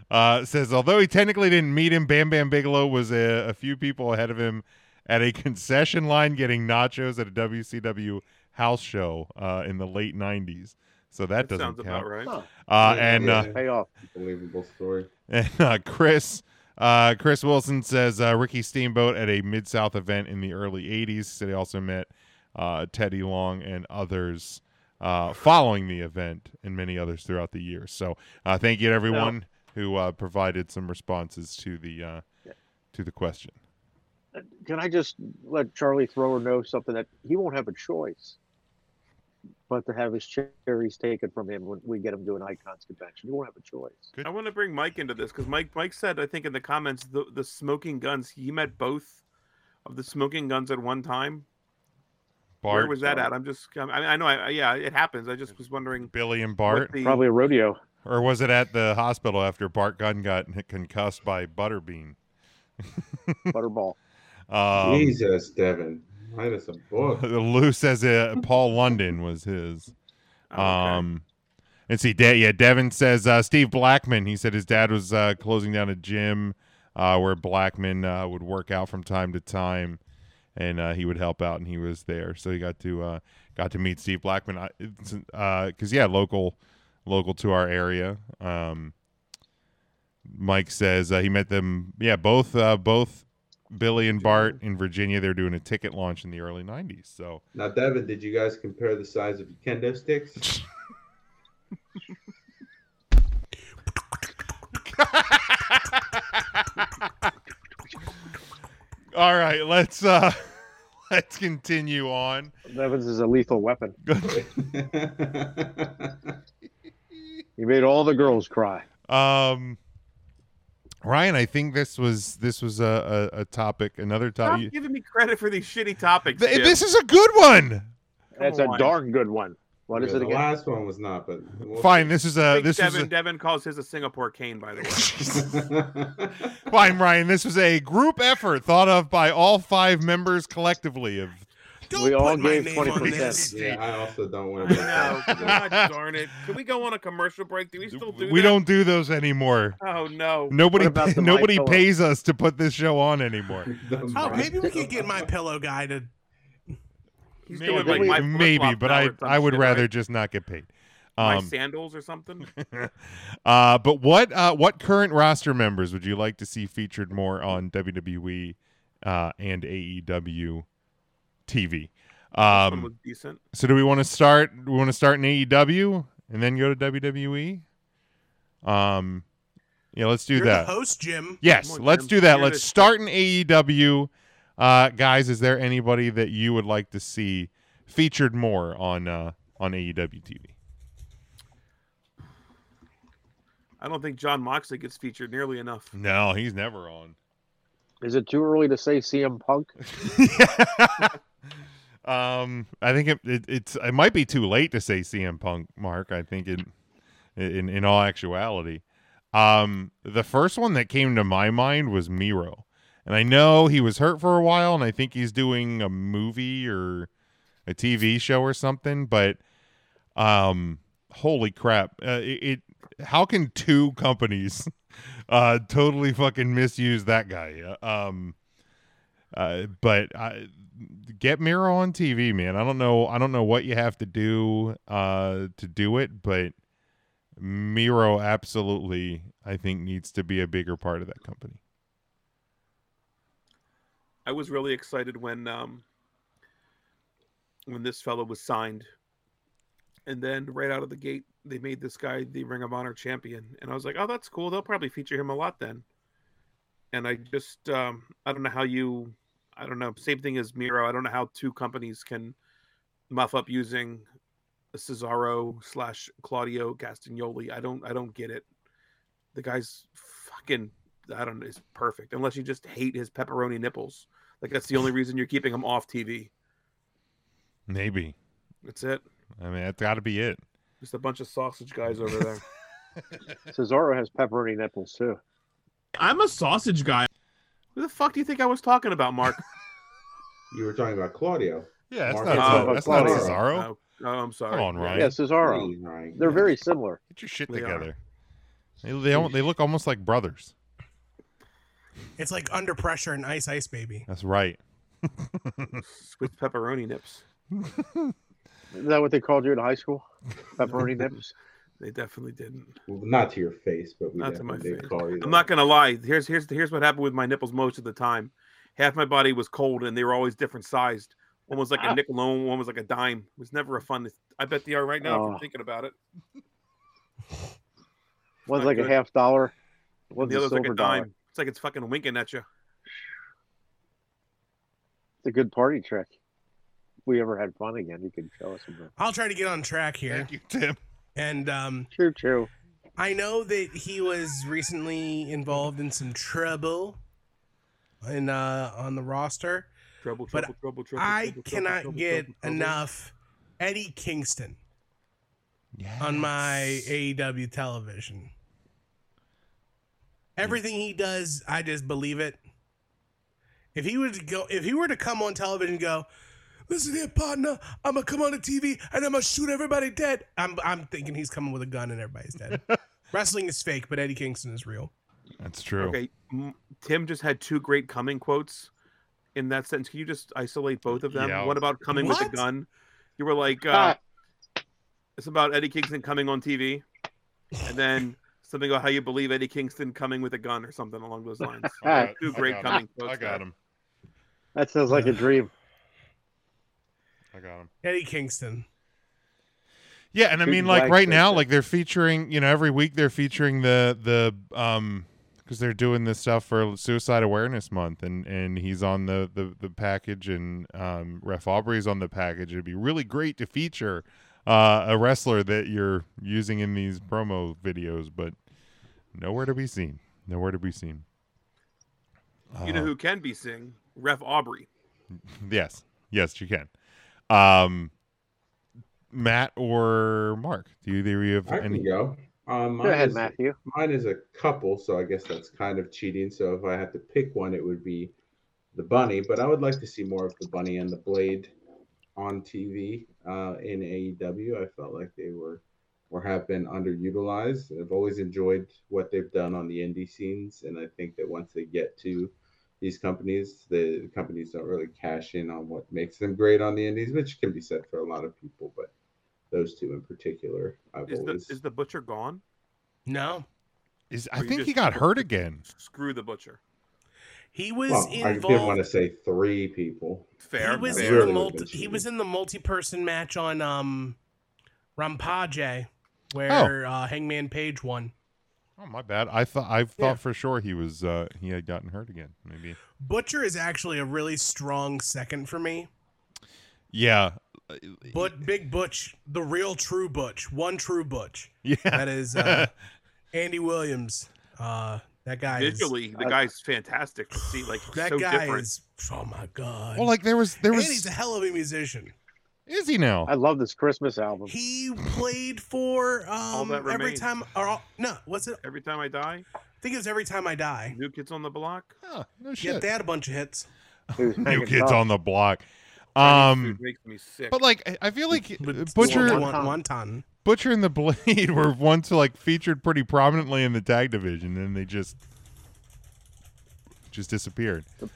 uh, says although he technically didn't meet him, Bam Bam Bigelow was a, a few people ahead of him at a concession line getting nachos at a WCW house show uh, in the late 90s. So that, That doesn't sounds count. about right. Uh, and uh, Pay off. Unbelievable story. and uh, Chris uh, Chris Wilson says uh, Ricky Steamboat at a Mid South event in the early '80s. Said he also met uh, Teddy Long and others uh, following the event, and many others throughout the year. So uh, thank you to everyone who uh, provided some responses to the uh, to the question. Can I just let Charlie Thrower know something that he won't have a choice but to have his cherries taken from him when we get him to an icons convention? He won't have a choice. I want to bring Mike into this because Mike Mike said I think in the comments the the smoking guns he met both of the smoking guns at one time. Where Bart- was that at? I'm just I, mean, I know I, I yeah it happens. I just was wondering. Billy and Bart? the- Probably a rodeo. Or was it at the hospital after Bart Gunn got concussed by Butterbean? Butterball. Um, Jesus, Devin. Write us a book. Lou says uh, Paul London was his. Oh, Um, and see, De- yeah, Devin says uh, Steve Blackman. He said his dad was uh, closing down a gym uh, where Blackman uh, would work out from time to time, and uh, he would help out, and he was there, so he got to uh, got to meet Steve Blackman. Because uh 'cause yeah, local local to our area. Um, Mike says uh, he met them. Yeah, both uh, both Billy and Bart in Virginia. They were doing a ticket launch in the early '90s. So Now, Devin, did you guys compare the size of your kendo sticks? all right, let's uh, let's continue on. Evans is a lethal weapon. he made all the girls cry. Um, Ryan, I think this was this was a a, a topic. Another Stop topic. giving me credit for these shitty topics. Jim. This is a good one. That's on. a darn good one. What is Yeah, it the again? last one was not, but we'll Fine. see. This is I a think uh, this was Devin a, Devin calls his a Singapore cane, by the way. fine, Ryan. This was a group effort thought of by all five members collectively of we all gave twenty percent. Yeah, I also don't want to. no, God darn it! Can we go on a commercial break? Do we still do? we that? don't do those anymore. Oh no! Nobody nobody pays. pays us to put this show on anymore. Oh, maybe we could get my pillow guy to. He's Maybe. doing like my flip-flop Maybe, but now I or some I would shit, rather right? just not get paid. my Um, sandals or something. uh, but what uh, what current roster members would you like to see featured more on WWE uh, and AEW TV? Um, was decent. So do we want to start? Do we want to start in AEW and then go to WWE? Um, yeah, let's do You're the that. host, Jim. Yes, Come on, let's Jim. do that. You're Let's the- start in AEW. Uh, guys, is there anybody that you would like to see featured more on uh, on AEW TV? I don't think John Moxley gets featured nearly enough. No, he's never on. Is it too early to say CM Punk? Um, I think it, it it's it might be too late to say CM Punk, Mark. I think in in in all actuality, um, the first one that came to my mind was Miro, and I know he was hurt for a while, and I think he's doing a movie or a TV show or something. But um, holy crap! Uh, it, it how can two companies uh totally fucking misuse that guy? Uh, Um. Uh, but I, get Miro on TV, man. I don't know. I don't know what you have to do uh, to do it, but Miro absolutely, I think, needs to be a bigger part of that company. I was really excited when um when this fellow was signed, and then right out of the gate they made this guy the Ring of Honor champion, and I was like, oh, that's cool. They'll probably feature him a lot then. And I just um I don't know how you I don't know same thing as Miro. I don't know how two companies can muff up using Cesaro slash Claudio Castagnoli. I don't I don't get it. The guy's fucking I don't know, is perfect unless you just hate his pepperoni nipples. Like that's the only reason you're keeping him off TV. Maybe. That's it. I mean, that's got to be it. Just a bunch of sausage guys over there. Cesaro has pepperoni nipples too. I'm a sausage guy. Who the fuck do you think I was talking about, Mark? You were talking about Claudio. Yeah, that's Mark- not- that's not Cesaro. Oh, oh, I'm sorry. Come on, Ryan. Yeah, Cesaro. Please, Ryan. They're very similar. Get your shit They are. together. They they, al- they look almost like brothers. It's like under pressure and ice, ice baby. That's right. With pepperoni nips. Is that what they called you in high school? Pepperoni nips. They definitely didn't. Well, not to your face, but we Not to my definitely did face. call you. I'm not gonna lie. Here's here's here's what happened with my nipples most of the time. Half my body was cold, and they were always different sized. One was like Ah. a nickel, and one was like a dime. It was never a fun. I bet they are right now. If Oh. I'm thinking about it. One's Not like good. a half dollar. And One's the a other's like silver a dime. dollar. It's like it's fucking winking at you. It's a good party trick. If we ever had fun again, you can show us a bit. I'll try to get on track here. Thank you, Tim. And um, true, true. I know that he was recently involved in some trouble in uh, on the roster. Trouble, but trouble, trouble, trouble. I trouble, trouble, cannot trouble, get trouble, trouble. enough Eddie Kingston on my AEW television. Everything he does, I just believe it. If he were to go, if he were to come on television and go, listen here, partner, I'm gonna come on the TV and I'm gonna shoot everybody dead. I'm I'm thinking he's coming with a gun and everybody's dead. Wrestling is fake, but Eddie Kingston is real. That's true. Okay, m- Tim just had two great coming quotes in that sentence. Can you just isolate both of them? Yeah. What about coming with What? a gun? You were like, uh, it's about Eddie Kingston coming on TV, and then something about how you believe Eddie Kingston coming with a gun or something along those lines. All right. Two I great got 'em. coming I quotes. got him. That sounds like a dream. I got him. Eddie Kingston. Yeah, and I Big mean, like black right now, person. like they're featuring, you know, every week they're featuring the the um because they're doing this stuff for Suicide Awareness Month, and and he's on the the the package, and um Ref Aubrey's on the package. It'd be really great to feature uh a wrestler that you're using in these promo videos, but nowhere to be seen. Nowhere to be seen. You know who can be sing? Ref Aubrey. Yes, yes, you can. Um, Matt or Mark, do you either of you have I any? can go. Um, Go ahead, is, Matthew. Mine is a couple, so I guess that's kind of cheating. So if I had to pick one, it would be the bunny. But I would like to see more of the bunny and the blade on TV uh, in AEW. I felt like they were or have been underutilized. I've always enjoyed what they've done on the indie scenes, and I think that once they get to these companies, the companies don't really cash in on what makes them great on the indies, which can be said for a lot of people, but those two in particular, I've Is the always is the butcher gone? No. Is Or I you think he just- got hurt again. Screw the butcher. He was Well, I involved. didn't want to say three people. He was in the multi. He was in the multi-person match on um, Rampage, where Oh. uh, Hangman Page won. Oh my bad. I thought I thought for sure he was uh he had gotten hurt again. Maybe. Butcher is actually a really strong second for me. Yeah. But Big Butch, the real true Butch, one true Butch. Yeah. that is uh, Andy Williams. Uh, that guy is- Visually, the guy's fantastic to see. Like That so guy different. is. Oh my god. Well, like there was there and he's was a hell of a musician. is he now? I love this Christmas album. He played for um, That every Remains. time. Or all, no, what's it? Every time I die. I think it was every time I die. New Kids on the Block. no Yeah, shit. they had a bunch of hits. New kids on the block. Chinese food Um, makes me sick. but like I- I feel like uh, With Butcher- wonton. wonton. Butcher and the Blade were once like featured pretty prominently in the tag division, and they just just disappeared.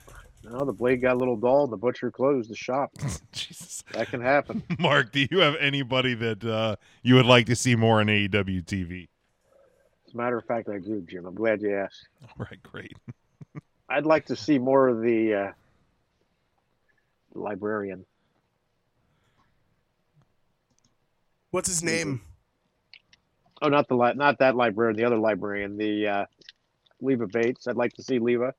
No, the blade got a little dull. The butcher closed the shop. Jesus, that can happen. Mark, do you have anybody that uh, you would like to see more on E AEW TV? As a matter of fact, I do, Jim. I'm glad you asked. All right, great. I'd like to see more of the uh, librarian. What's his name? Oh, not the li- not that librarian. The other librarian, the uh, Leva Bates. I'd like to see Leva.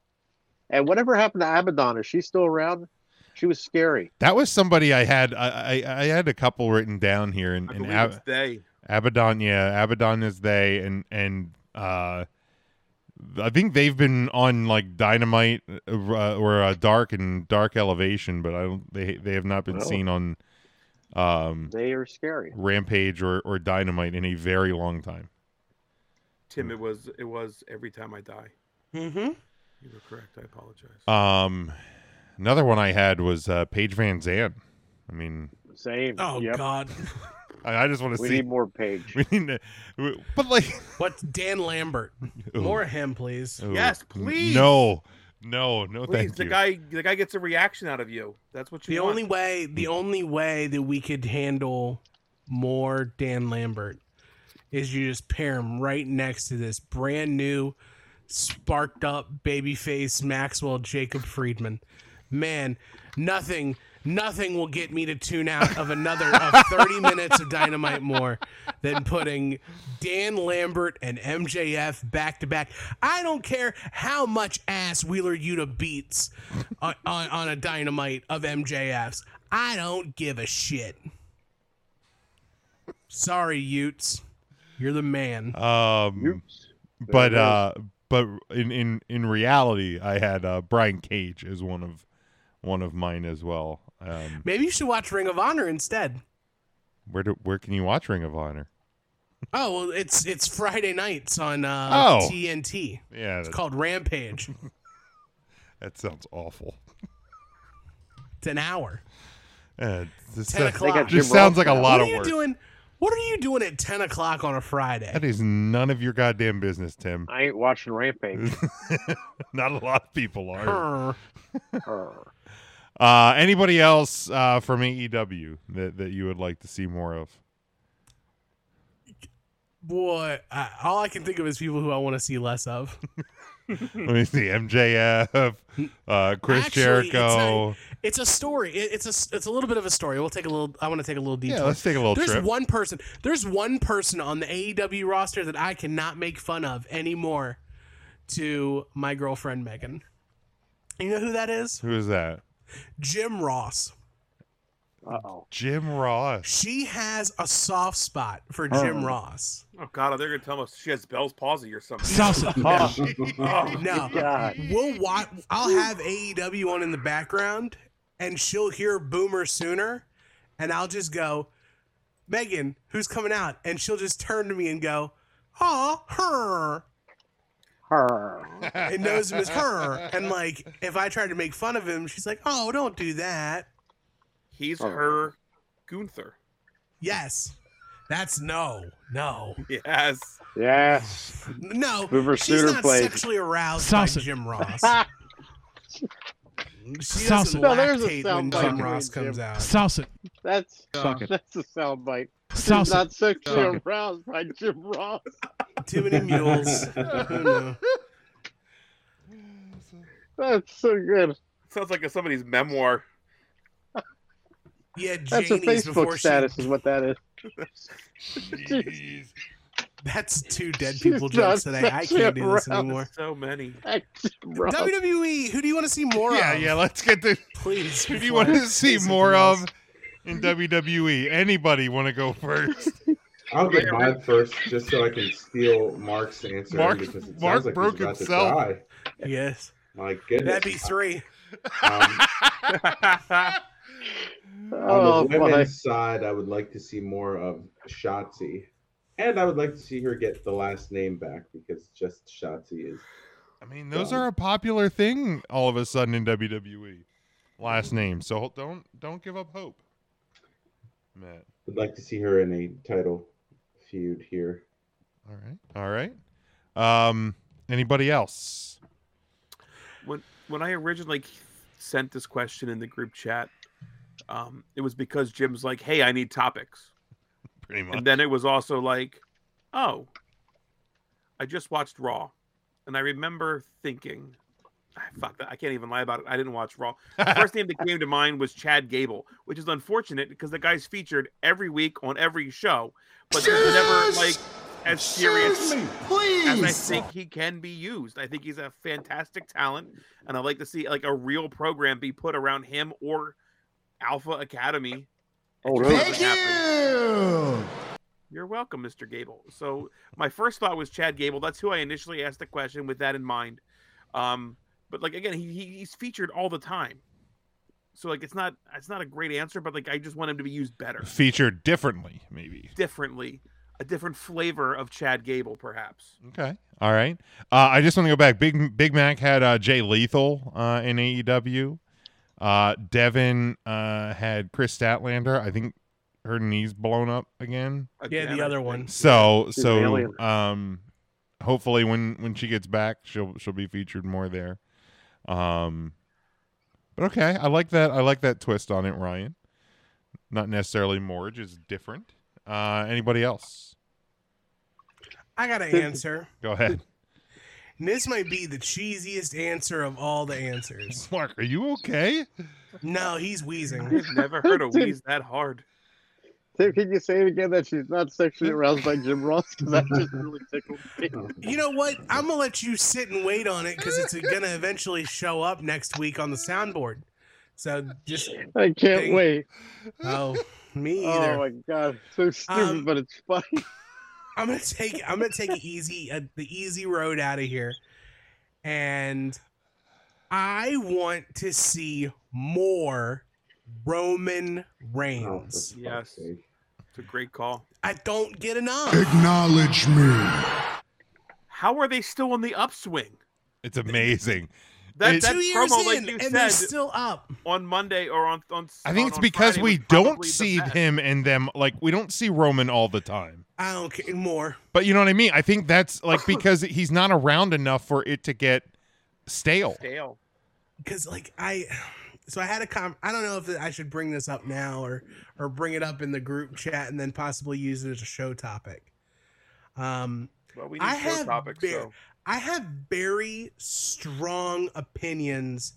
And whatever happened to Abaddon? Is she still around? She was scary. That was somebody I had. I I, I had a couple written down here, and, and believe Ab- it's they. Abaddon, yeah, Abaddon is they, and and uh, I think they've been on like Dynamite uh, or uh, Dark and Dark Elevation, but I don't. They they have not been Oh. seen on um They are scary. Rampage or or Dynamite in a very long time. Hmm. Tim, it was it was every time I die. Mm-hmm. You were correct. I apologize. Um, another one I had was uh, Paige Van Zandt. I mean, Same. Oh Yep. God. I, I just want to We see need more Paige. We need to, we- but like, What's Dan Lambert? More him, please. Ooh. Yes, N- please. No, no, no, Please, Oh, thank the you. guy the guy gets a reaction out of you. That's what you The want. only way, the only way that we could handle more Dan Lambert is you just pair him right next to this brand new, sparked up babyface Maxwell Jacob Friedman. Man, nothing, Nothing will get me to tune out of another of 30 minutes of Dynamite more than putting Dan Lambert and MJF back to back. I don't care how much ass Wheeler Yuta beats on, on, on a Dynamite of MJF's. I don't give a shit. Sorry, Utes. You're the man. Um, but uh, but in, in in reality, I had uh, Brian Cage as one of one of mine as well. Um, Maybe you should watch Ring of Honor instead. where do where can you watch Ring of Honor? Oh, well, it's it's Friday nights on uh, Oh. TNT. Yeah, it's that- called Rampage. That sounds awful. It's an hour. Uh, this Ten sounds- o'clock. just sounds like a lot what of are you work. Doing, what are you doing at ten o'clock on a Friday? That is none of your goddamn business, Tim. I ain't watching Rampage. Not a lot of people are. Err. Uh, anybody else uh, from AEW that, that you would like to see more of? Boy, I, all I can think of is people who I want to see less of. Let me see. MJF, uh, Chris Actually, it's Jericho. a- It's a, story. It- it's a it's a little bit of a story. We'll take a little. I want to take a little detour. let's take a little There's trip. one person. There's one person on the AEW roster that I cannot make fun of anymore. To my girlfriend Megan. You know who that is? Who is that? Jim Ross. Uh-oh. Jim Ross. She has a soft spot for Oh. Jim Ross. Oh God, they're gonna tell us she has Bell's palsy or something. no, no. we'll watch. I'll have AEW on in the background, and she'll hear Boomer sooner, and I'll just go, Megan, who's coming out? And she'll just turn to me and go, Aw, her. Her. It knows him as her, and like if I tried to make fun of him, she's like, "Oh, don't do that." He's her Gunther. Yes, that's no, no, yes, Yes. no. Hoover she's Suter not played. sexually aroused by Sausage. Jim Ross. She Sausage. doesn't No, there's a lactate when soundbite Jim between Ross Jim- comes out. Sauce it. That's Suck it. that's a soundbite. She's Suck it. not Suck sexually it. aroused by Jim Ross. Too many mules. Who knew? That's so good. Sounds like it's somebody's memoir. Yeah, That's her Janie's Facebook before she- status is what that is. That's two dead She's people not jokes today. I can't do this aroused. anymore. So many. Ross. WWE, who do you want to see more Yeah, of? yeah. Let's get the. Please. Who do you before want to I see say more something of in WWE? Anybody want to go first? I'll get mine first, just so I can steal Mark's answer Mark- because it Mark sounds like broke he's about himself. to die. else. Yes. My goodness. Um, That'd be three. Oh, On the women's side, I would like to see more of Shotzi, and I would like to see her get the last name back because just Shotzi is. I mean, those are a popular thing all of a sudden in WWE. Last name. So don't don't give up hope. Matt. I'd like to see her in a title feud here. All right. All right. Um anybody else? when when I originally sent this question in the group chat, um, it was because Jim's like, "Hey, I need topics," pretty much. and then it was also like, "Oh, I just watched Raw," and I remember thinking, "Ah, "Fuck that! I can't even lie about it. I didn't watch Raw." The first name that came to mind was Chad Gable, which is unfortunate because the guy's featured every week on every show, but there's never like as serious as I please. think he can be used. I think he's a fantastic talent, and I like to see like a real program be put around him or Alpha Academy. Oh, It just really? doesn't happen. You're welcome, Mr. Gable. So my first thought was Chad Gable. That's who I initially asked the question with that in mind. Um, but like again, he, he he's featured all the time. So like it's not it's not a great answer, but like I just want him to be used better, Featured differently, maybe. differently, a different flavor of Chad Gable, perhaps. Okay. All right. Uh, I just want to go back. Big Big Mac had uh, Jay Lethal uh, in AEW. Uh, Devin uh, had Chris Statlander. I think her knee's blown up again. Yeah, the other one. So She's an alien. so um, hopefully when when she gets back, she'll she'll be featured more there. Um, but okay, I like that. I like that twist on it, Ryan. Not necessarily more, just different. Uh, anybody else? I got an answer. Go ahead. And this might be the cheesiest answer of all the answers. Mark, are you okay? No, he's wheezing. I've never heard a wheeze that hard. Tim, can you say it again that she's not sexually aroused by Jim Ross? Because that just really tickled me. You know what? I'm gonna let you sit and wait on it because it's gonna eventually show up next week on the soundboard. So just I can't Ding. wait. Oh, me Oh either. my god, so stupid, Um, but it's funny. I'm gonna take I'm gonna take it easy uh, the easy road out of here, and I want to see more Roman Oh. Reigns. Yes. It's a great call. I don't get enough. Acknowledge me. How are they still on the upswing? It's amazing. That, It- that Two years promo, like in, you and said, they're still up. on Monday or on. on I think on- it's on because Friday we was don't probably the see best. him and them. Like we don't see Roman all the time. I don't care more. But you know what I mean? I think that's like because he's not around enough for it to get stale. Stale. because like I, so I had a com. I don't know if I should bring this up now or or bring it up in the group chat and then possibly use it as a show topic. Um, Well, we need I more have topics, ver- so. I have very strong opinions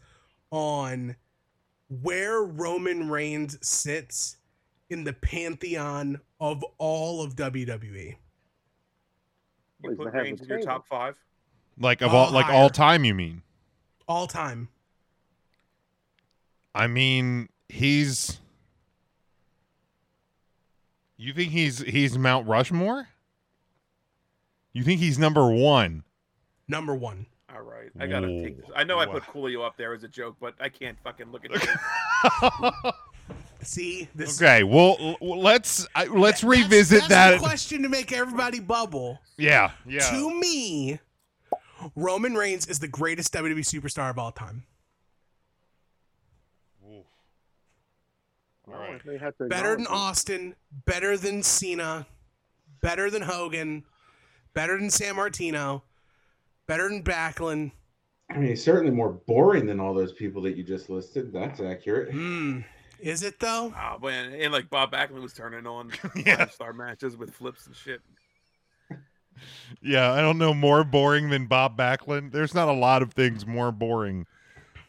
on where Roman Reigns sits in the pantheon of all of E. WWE. You put Reigns in your top five. Like of Oh, All all, like higher. all time. You mean? All time. I mean, he's. You think he's he's Mount Rushmore? You think he's number one? Number one. All right, I gotta take Ooh. this. I know I Wow. put Coolio up there as a joke, but I can't fucking look at it. See this. Okay, well l- well, let's I, let's revisit That's that. a question to make everybody bubble. Yeah, yeah. To me, Roman Reigns is the greatest WWE superstar of all time. They have to Better than acknowledge Austin, better than Cena, better than Hogan, better than San Martino, better than Backlund. I mean, he's certainly more boring than all those people that you just listed. That's accurate. Hmm. Is it though? Oh man, and like Bob Backlund was turning on Yeah. five star matches with flips and shit. Yeah, I don't know more boring than Bob Backlund. There's not a lot of things more boring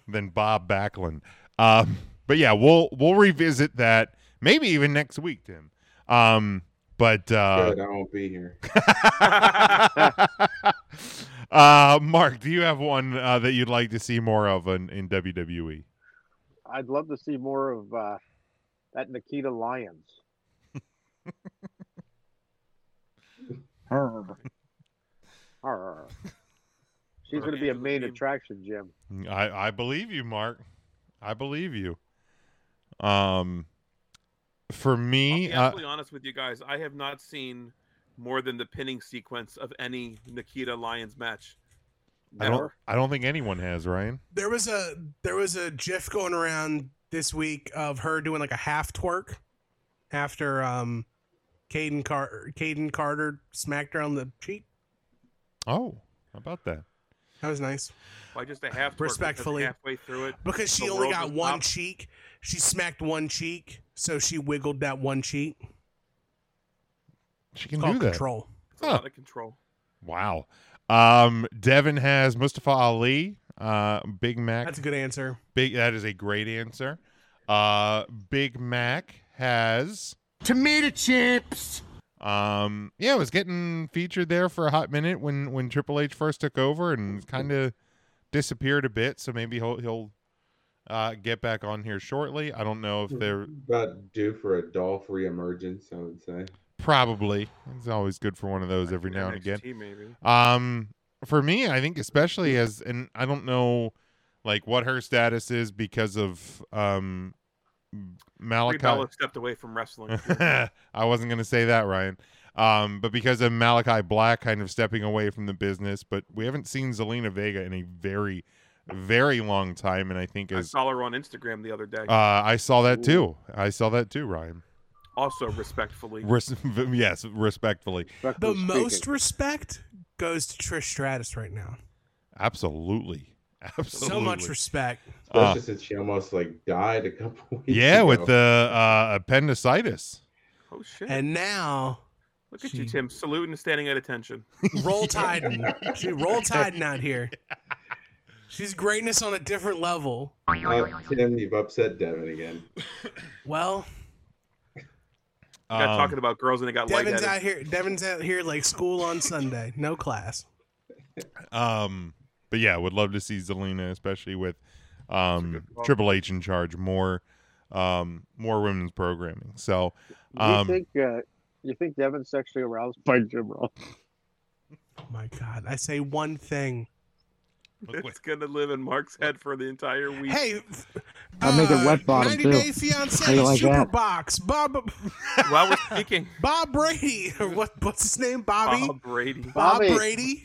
than Bob Backlund. Um, but yeah, we'll we'll revisit that maybe even next week, Tim. Um, but uh, Good, I won't be here. uh, Mark, do you have one uh, that you'd like to see more of in, in E? WWE? it. I'd love to see more of uh, that Nikita Lyons. Arr. She's going to be a main attraction, Jim. I I believe you, Mark. I believe you. Um, for me, Yeah, uh, I'll be honest with you guys. I have not seen more than the pinning sequence of any Nikita Lyons match. uh, I don't I don't think anyone has Ryan. There was a there was a GIF going around this week of her doing like a half twerk after um Caden Car Caden Carter smacked her on the cheek. Oh, how about that? That was nice. Why just a half? twerk, because Respectfully. halfway through it, Because she the only world got was one up. cheek. She smacked one cheek, so she wiggled that one cheek. She It's can do called that. control. It's a lot of control. Wow. Um, Devin has Mustafa Ali, uh, Big Mac. That's a good answer. Big. That is a great answer. Uh, Big Mac has Tomato chips. Um, yeah, it was getting featured there for a hot minute when when Triple H first took over and kind of disappeared a bit. So maybe he'll he'll uh, get back on here shortly. I don't know if Hmm. they're About due for a Dolph reemergence, I would say. probably. It's always good for one of those every now and again. NXT maybe. Um, for me, I think especially as and I don't know like what her status is because of um Malachi Malachi. stepped away from wrestling. I wasn't going to say that, Ryan. Um, but because of Malachi Black kind of stepping away from the business, but we haven't seen Zelina Vega in a very, very long time, and I think I is saw her on Instagram the other day. uh, I saw that too. I saw that too, Ryan. also, respectfully, Res- yes, respectfully, The most respect goes to Trish Stratus right now. absolutely, absolutely. So much respect. Uh, Especially since she almost like died a couple weeks yeah, ago. with the uh, appendicitis. oh shit! And now Look at you, Tim, saluting and standing at attention. Roll Tide. she Roll Tide not here. She's greatness on a different level. Oh, Tim, you've upset Devin again. Well, Got Um, talking about girls and it got Devin's lightheaded. out here. Devin's out here like school on Sunday, no class. Um, but yeah, would love to see Zelina, especially with um, call. Triple H in charge, more um, more women's programming. So Do you um, think uh, you think Devin's sexually aroused by Jim Ross? Oh my God, I say one thing. It's gonna live in Mark's head for the entire week. Hey, I'll make it wet bottom 90 too. Day Fiance, Superbox, Bob, While we're speaking, Bob Brady, or what? What's his name? Bobby. Bob Brady. Bob Brady.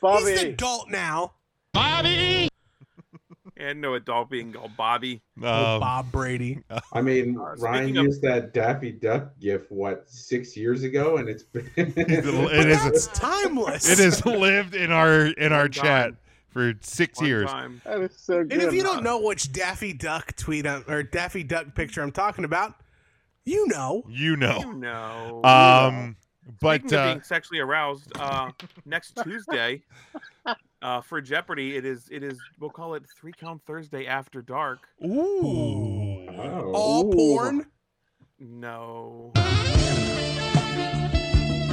Bobby. He's an adult Um, now. Bobby. And no adult being called Bobby. Oh, um, Bob Brady. I mean, speaking Ryan of- used that Daffy Duck gif what six years ago, and it's been. it is It's timeless. it has lived in our in our chat for six years. That is so And if you don't know which Daffy Duck tweet I'm, or Daffy Duck picture I'm talking about, you know. You know. You know. Um, Oh. but Speaking of uh, being sexually aroused, uh, next Tuesday uh, for Jeopardy, it is it is we'll call it Three Count Thursday After Dark. Ooh. Oh. All porn. No.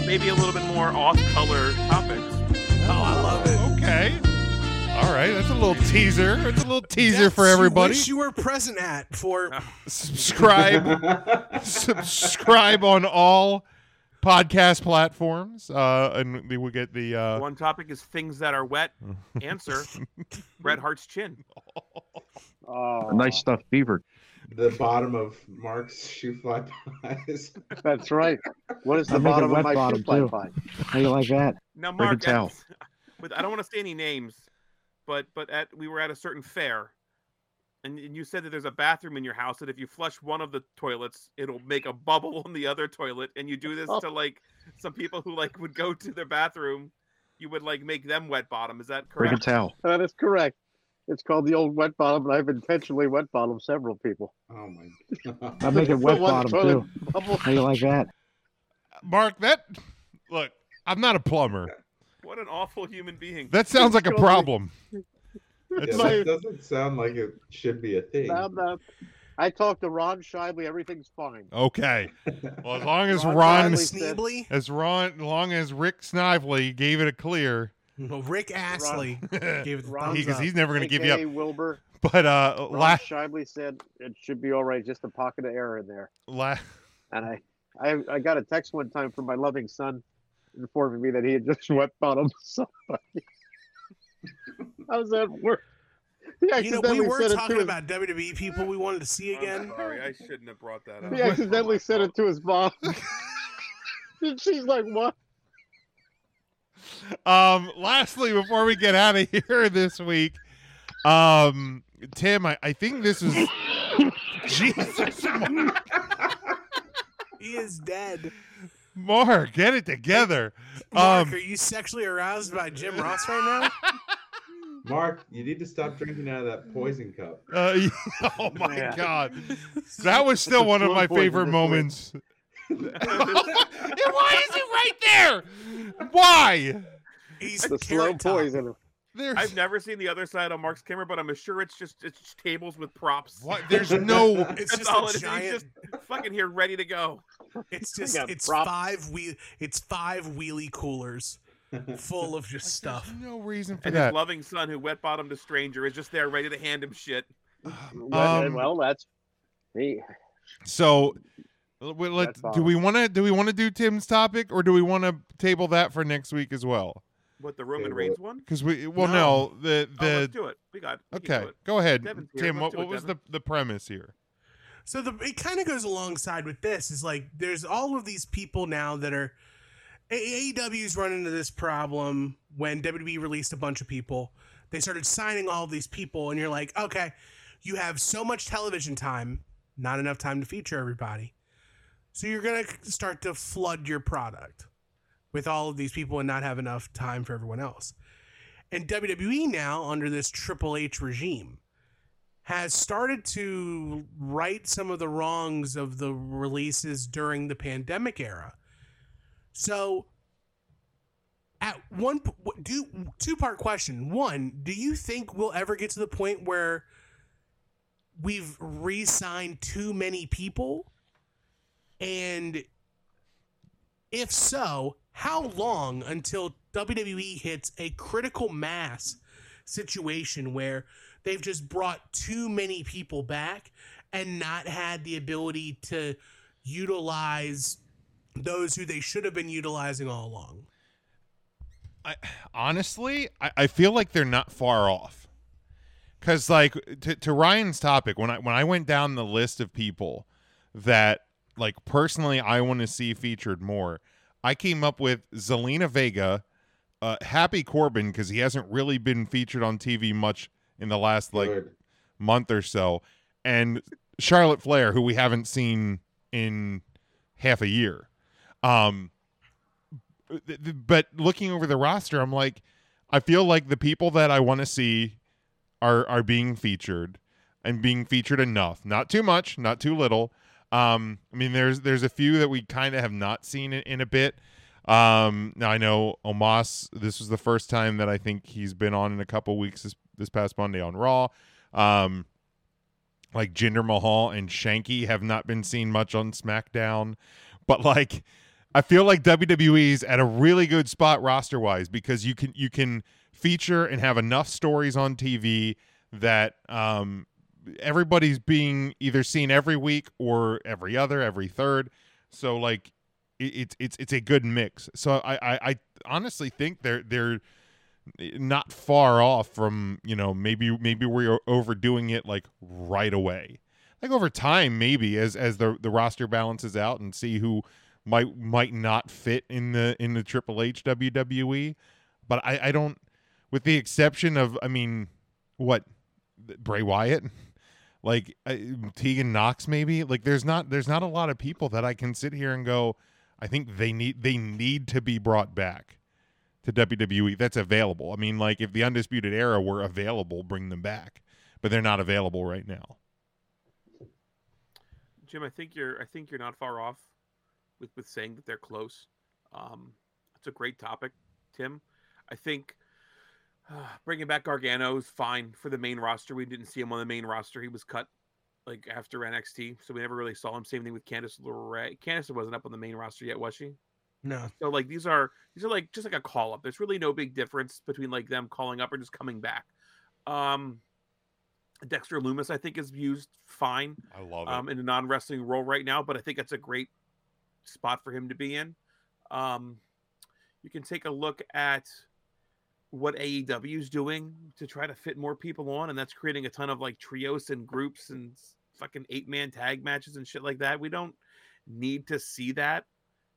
Maybe a little bit more off-color topics. Oh, I love it. okay, all right, that's a little teaser. It's a little teaser for Deaths you everybody. wish you were present at for subscribe subscribe on all podcast platforms uh and we will get the uh One topic is things that are wet. Answer: Bret Hart's chin. Oh, nice stuff, Beaver. the bottom of Mark's shoe fly pies. That's right. What is the I'll make it bottom wet of my bottom, shoe fly too. pie? How you like that? Now, Bring a Mark, towel. at- with I don't want to say any names, but but at we were at a certain fair, and, and you said that there's a bathroom in your house that if you flush one of the toilets, it'll make a bubble on the other toilet, and you do this to like some people who like would go to their bathroom, you would like make them wet bottom. Is that correct? Correct. That is correct. It's called the old wet bottom, and I've intentionally wet bottomed several people. Oh my god! I'll make it wet The one bottom toilet too. bubble. How you like that? mark that look i'm not a plumber What an awful human being. that sounds like a problem Yeah, It's that like- doesn't sound like it should be a thing. Now that- I talked to Ron Shively. Everything's fine. Oh, okay well as long as Ron ron Riley said- Sneebly? as ron as long as rick snively gave it a clear Well, Rick Astley gave it the Ron's thumbs because up. he's never gonna give you AKA up Wilbur. but uh Ron last Shively said it should be all right, just a pocket of air in there. la- And I, I, I got a text one time from my loving son informing me that he had just wet bottomed somebody. How's that work? Yeah, You know, we were talking his, about WWE people we wanted to see again. Sorry, I shouldn't have brought that up. He accidentally said it to his mom. and she's like, "What?" Um, lastly, before we get out of here this week, um, Tim, I, I think this is Jesus. Mark. He is dead. Mark, get it together. Mark, Um, are you sexually aroused by Jim Ross right now? Mark, you need to stop drinking out of Hmm. that poison cup. uh, oh my Yeah. God, that was still one of my favorite moments. Why is he right there? Why? He's the slow poison. I've never seen the other side of Mark's camera, but I'm sure it's just it's just tables with props. What? There's no- It's That's just a all it is. giant- He's just fucking here, ready to go. It's just got it's props. five wheel it's five wheelie coolers full of just stuff. No reason And his loving son, who wet bottomed a stranger, is just there, ready to hand him shit. Well, Um, well, that's he. So, l- we- let, That's all. do we want to do we want to do Tim's topic or do we want to table that for next week as well? What the Roman Reigns one? Because we well No. no, the Oh, the let's do it. We got. we can okay. do it. Go ahead, Devin's here. Tim. Let's What, do what it, was Devin. the the premise here? So the it kind of goes alongside with this is like there's all of these people now that are A- AEW's run into this problem when WWE released a bunch of people. They started signing all of these people, and you're like, okay, you have so much television time, not enough time to feature everybody. So you're gonna start to flood your product with all of these people and not have enough time for everyone else. And WWE now under this Triple H regime has started to right some of the wrongs of the releases during the pandemic era. So, at one p- w- do two part question. One, do you think we'll ever get to the point where we've re-signed too many people? And if so, how long until WWE hits a critical mass situation where they've just brought too many people back and not had the ability to utilize those who they should have been utilizing all along? honestly, I, I feel like they're not far off. Cause like to, to Ryan's topic, when I when I went down the list of people that like personally I want to see featured more, I came up with Zelina Vega, uh, Happy Corbin because he hasn't really been featured on TV much in the last like month or so, and Charlotte Flair who we haven't seen in half a year. Um, th- th- but looking over the roster, I'm like, I feel like the people that I want to see are are being featured and being featured enough, not too much, not too little. Um, I mean, there's there's a few that we kind of have not seen in, in a bit. Um, now I know Omos. This was the first time that I think he's been on in a couple weeks this this past Monday on Raw. Um, like Jinder Mahal and Shanky have not been seen much on SmackDown, but like I feel like WWE's at a really good spot roster wise because you can you can feature and have enough stories on TV that um, everybody's being either seen every week or every other, every third. So like it, it's it's it's a good mix. So I, I I honestly think they're they're not far off from you know maybe maybe we're overdoing it like right away like over time maybe as as the the roster balances out and see who might might not fit in the in the Triple H WWE but I I don't with the exception of I mean what Bray Wyatt like uh, Tegan Knox maybe like there's not there's not a lot of people that I can sit here and go I think they need they need to be brought back to WWE that's available. I mean, like if the Undisputed Era were available, bring them back, but they're not available right now. Jim, I think you're I think you're not far off with with saying that they're close. Um, it's a great topic, Tim. I think uh, bringing back Gargano is fine for the main roster. We didn't see him on the main roster; he was cut like after NXT, so we never really saw him. Same thing with Candice LeRae. Candice wasn't up on the main roster yet, was she? No. So like these are these are like just like a call up. There's really no big difference between like them calling up or just coming back. Um Dexter Loomis, I think, is used fine. I love it. um, in a non wrestling role right now, but I think that's a great spot for him to be in. Um, you can take a look at what AEW is doing to try to fit more people on, and that's creating a ton of like trios and groups and s- fucking eight man tag matches and shit like that. We don't need to see that.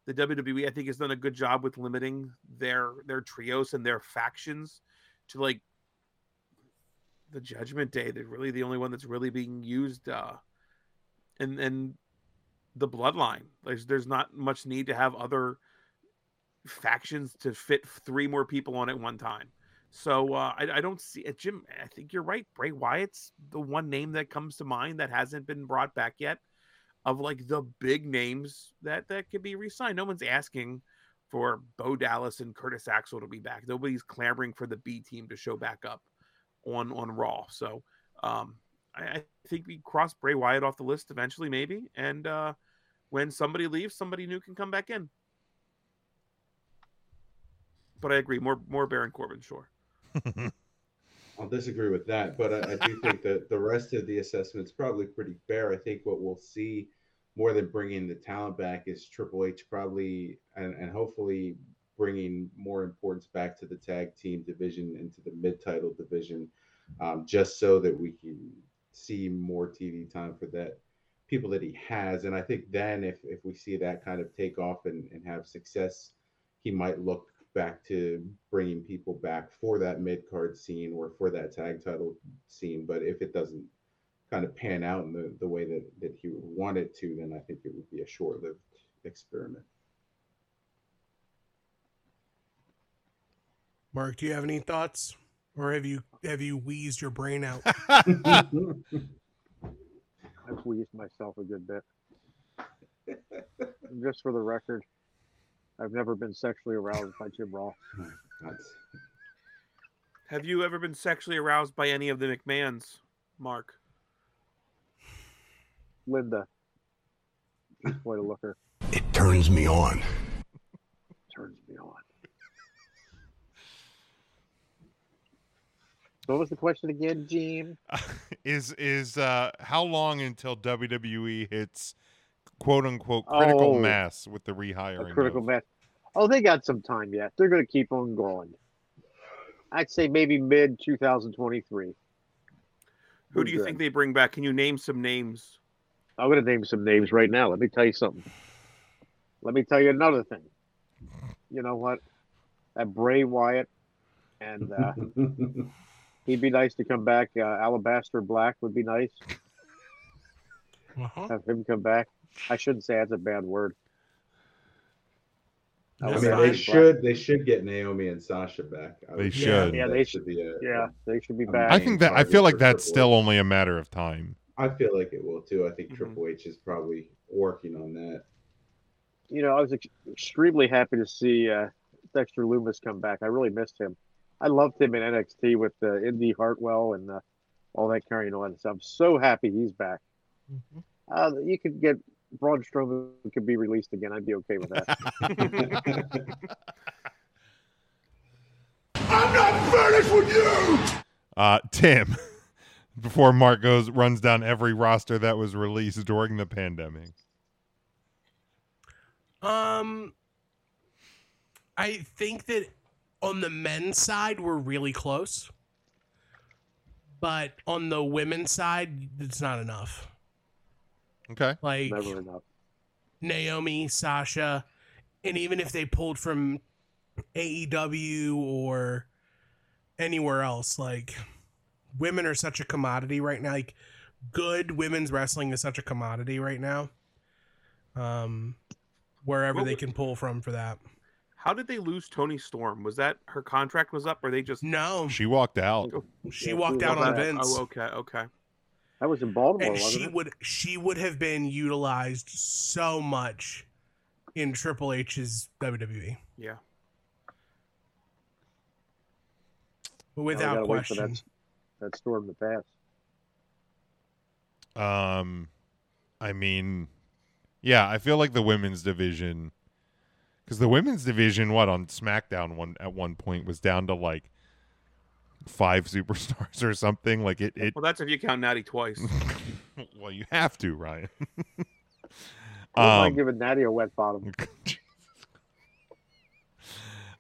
The WWE, I think, has done a good job with limiting their their trios and their factions to like the Judgment Day. They're really the only one that's really being used, uh, and and the Bloodline. There's there's not much need to have other factions to fit three more people on at one time. So uh, I, I don't see uh, Jim. I think you're right. Bray Wyatt's the one name that comes to mind that hasn't been brought back yet, of like the big names that that could be re-signed. No one's asking for Bo Dallas and Curtis Axel to be back. Nobody's clamoring for the B team to show back up on on Raw. So um, I, I think we cross Bray Wyatt off the list eventually, maybe. And uh, when somebody leaves, somebody new can come back in. But I agree, more more Baron Corbin, sure. I'll disagree with that, but I, I do think that the rest of the assessment's probably pretty fair. I think what we'll see more than bringing the talent back is Triple H probably and, and hopefully bringing more importance back to the tag team division and to the mid title division, um, just so that we can see more TV time for that people that he has. And I think then if, if we see that kind of take off and, and have success, he might look back to bringing people back for that mid card scene or for that tag title scene. But if it doesn't kind of pan out in the, the way that, that he would want it to, then I think it would be a short lived experiment. Mark, do you have any thoughts, or have you have you wheezed your brain out? Ah. I've wheezed myself a good bit. Just for the record, I've never been sexually aroused by Jim Rawl. Have you ever been sexually aroused by any of the McMahons, Mark? Linda. Way to look her. It turns me on. Turns me on. What was the question again, Gene? Is is uh how long until WWE hits quote unquote critical Oh. mass with the A rehiring? critical of- mass. Oh, they got some time yet. They're going to keep on going. I'd say maybe mid 2023. Who do you Who's think they bring back? Can you name some names? I'm going to name some names right now. Let me tell you something. Let me tell you another thing. You know what? That Bray Wyatt, and uh, he'd be nice to come back. Uh, Alabaster Black would be nice. Uh-huh. Have him come back. I shouldn't say that's a bad word. I Alabaster mean, they Black. should they should get Naomi and Sasha back. I They would- should. Yeah, that they should. be a- Yeah, they should be I back. I think that I feel like that's still only a matter of time. I feel like it will too. I Mm-hmm. think Triple H is probably working on that. you know, I was ex- extremely happy to see uh, Dexter Loomis come back. I really missed him. I loved him in NXT with uh, Indy Hartwell and uh, all that carrying on. So I'm so happy he's back. Mm-hmm. Uh, you could get Braun Strowman could be released again. I'd be okay with that. I'm not finished with you! Uh, Tim, before Mark goes, runs down every roster that was released during the pandemic. Um, I think that on the men's side we're really close, but on the women's side it's not enough. Okay, like never enough. Naomi, Sasha, and even if they pulled from AEW or anywhere else, like women are such a commodity right now. Like good women's wrestling is such a commodity right now. Um, wherever What they would- can pull from for that. How did they lose Tony Storm? Was that her contract was up, or they just no? She walked out. She walked out on Vince. Oh, okay, okay. That was in Baltimore, and wasn't she it? would she would have been utilized so much in Triple H's E. WWE. Yeah. Without Now we gotta wait for question. That, that storm to pass. Um, I mean, yeah, I feel like the women's division, because the women's division, what on SmackDown one at one point was down to like five superstars or something. Like it, it Well, that's if you count Natty twice. well, you have to, Ryan. I wouldn't Um, mind giving Natty a wet bottom.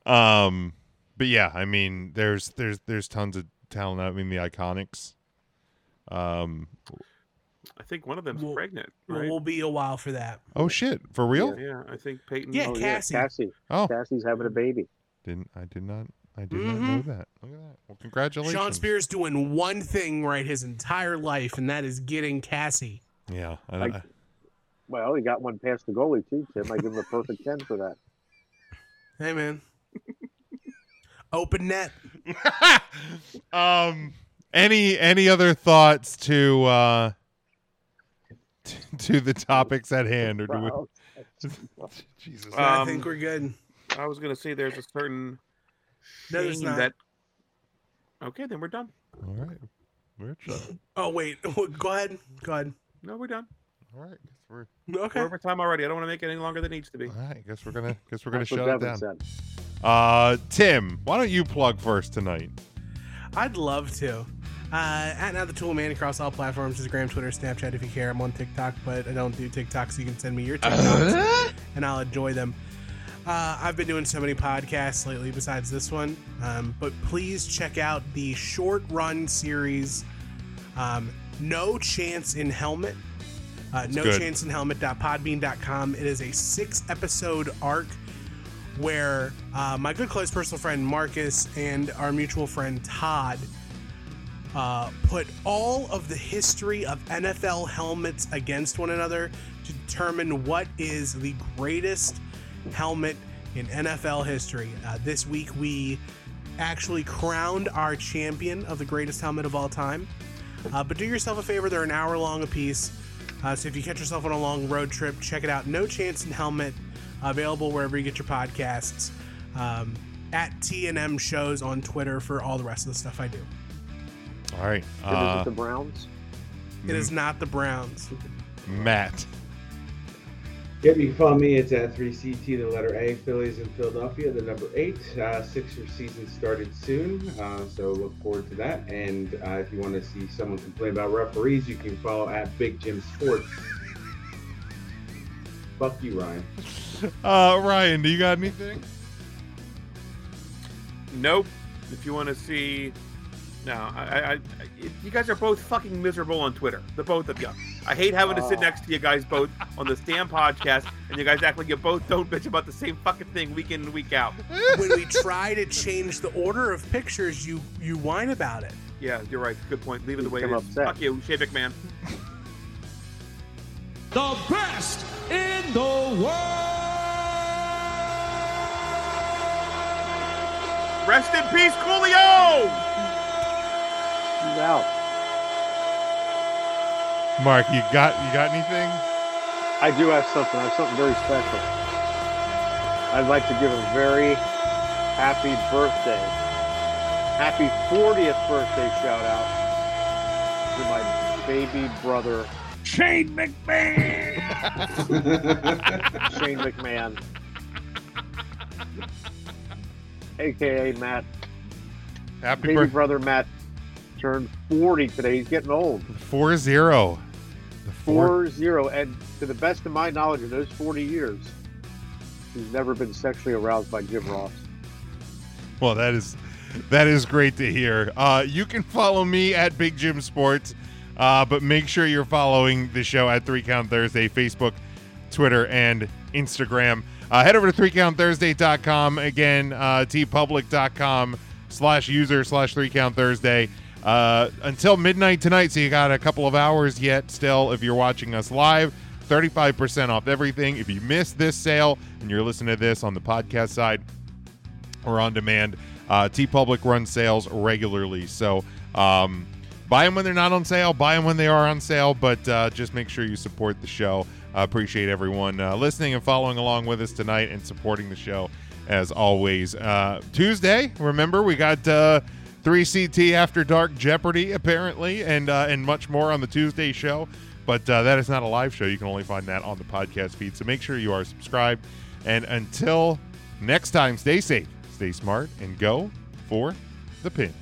Um, but yeah, I mean, there's there's there's tons of talent. I mean, the Iconics. Um, I think one of them's pregnant, Well, right? We'll be a while for that. oh shit, for real? Yeah, I think Peyton. Yeah, Oh, yeah, Cassie. Cassie. Oh. Cassie's having a baby. Didn't I did not I did not know that. Look at that. Well, congratulations. Sean Spears doing one thing right his entire life, and that is getting Cassie. Yeah, I, Like- I- Well, he got one past the goalie too, Tim. I give him a perfect ten for that. Hey man. Open net. um any any other thoughts to uh t- to the topics at hand or do we Um, Jesus. I think we're good. I was gonna say there's a certain No, there's shame not. that. Okay, then we're done. All right. We're done. Oh wait, go ahead. Go ahead. No, we're done. All right, guess we're Okay. We're over time already. I don't want to make it any longer than it needs to be. All right, guess we're gonna guess we're gonna That's what shut it down. Devin Uh Tim, why don't you plug first tonight? I'd love to. Uh, at now the tool man across all platforms Instagram, Twitter, Snapchat if you care. I'm on TikTok, but I don't do TikTok, so you can send me your TikToks and I'll enjoy them. Uh, I've been doing so many podcasts lately besides this one, um, but please check out the short run series um, No Chance in Helmet. Uh, no good. Chance in Helmet.podbean.com. It is a six episode arc where uh, my good close personal friend Marcus and our mutual friend Todd uh, put all of the history of NFL helmets against one another to determine what is the greatest helmet in NFL history. Uh, this week we actually crowned our champion of the greatest helmet of all time. Uh, but do yourself a favor, they're an hour long a piece. Uh, so if you catch yourself on a long road trip, check it out. No Chance in Helmet available wherever you get your podcasts. Um, at TNM shows on Twitter for all the rest of the stuff I do. All right. Is Uh, it the Browns? It is not the Browns. Matt. Yep, you can follow me. It's at 3CT, the letter A, Phillies in Philadelphia, the number 8. Uh, Sixer season started soon, uh, so look forward to that. And uh, if you want to see someone complain about referees, you can follow at Big Jim Sports. Fuck you, Ryan. Uh, Ryan, do you got anything? Nope. If you want to see, no, I, I, I, you guys are both fucking miserable on Twitter. The both of you. I hate having to sit Oh. next to you guys both on this damn podcast, and you guys act like you both don't bitch about the same fucking thing week in and week out. when we try to change the order of pictures, you you whine about it. Yeah, you're right. Good point. Leave it the way it Become is. Fuck you, Shea McMahon. The best in the world. Rest in peace, Coolio. No. Mark, you got you got anything? I do have something. I have something very special. I'd like to give a very happy birthday, happy 40th birthday shout out to my baby brother, Shane McMahon. Shane McMahon, aka Matt. Happy baby birth- brother Matt turned 40 today. He's getting old. Four zero. The Four zero, and to the best of my knowledge, in those forty years, he's never been sexually aroused by Jim Ross. Well, that is that is great to hear. Uh, you can follow me at Big Jim Sports, uh, but make sure you're following the show at Three Count Thursday, Facebook, Twitter, and Instagram. Uh, head over to threecounthursday.com again, uh, tpublic.com slash user slash three count Thursday uh, until midnight tonight. So you got a couple of hours yet still if you're watching us live. 35% off everything. If you missed this sale and you're listening to this on the podcast side, or on demand. Uh, T Public runs sales regularly, so um, buy them when they're not on sale. Buy them when they are on sale, but uh, just make sure you support the show. I appreciate everyone uh, listening and following along with us tonight and supporting the show as always. Uh, Tuesday, remember we got uh, three CT after dark Jeopardy apparently, and uh, and much more on the Tuesday show. But uh, that is not a live show. You can only find that on the podcast feed. So make sure you are subscribed. And until Next time, stay safe, stay smart, and go for the pin.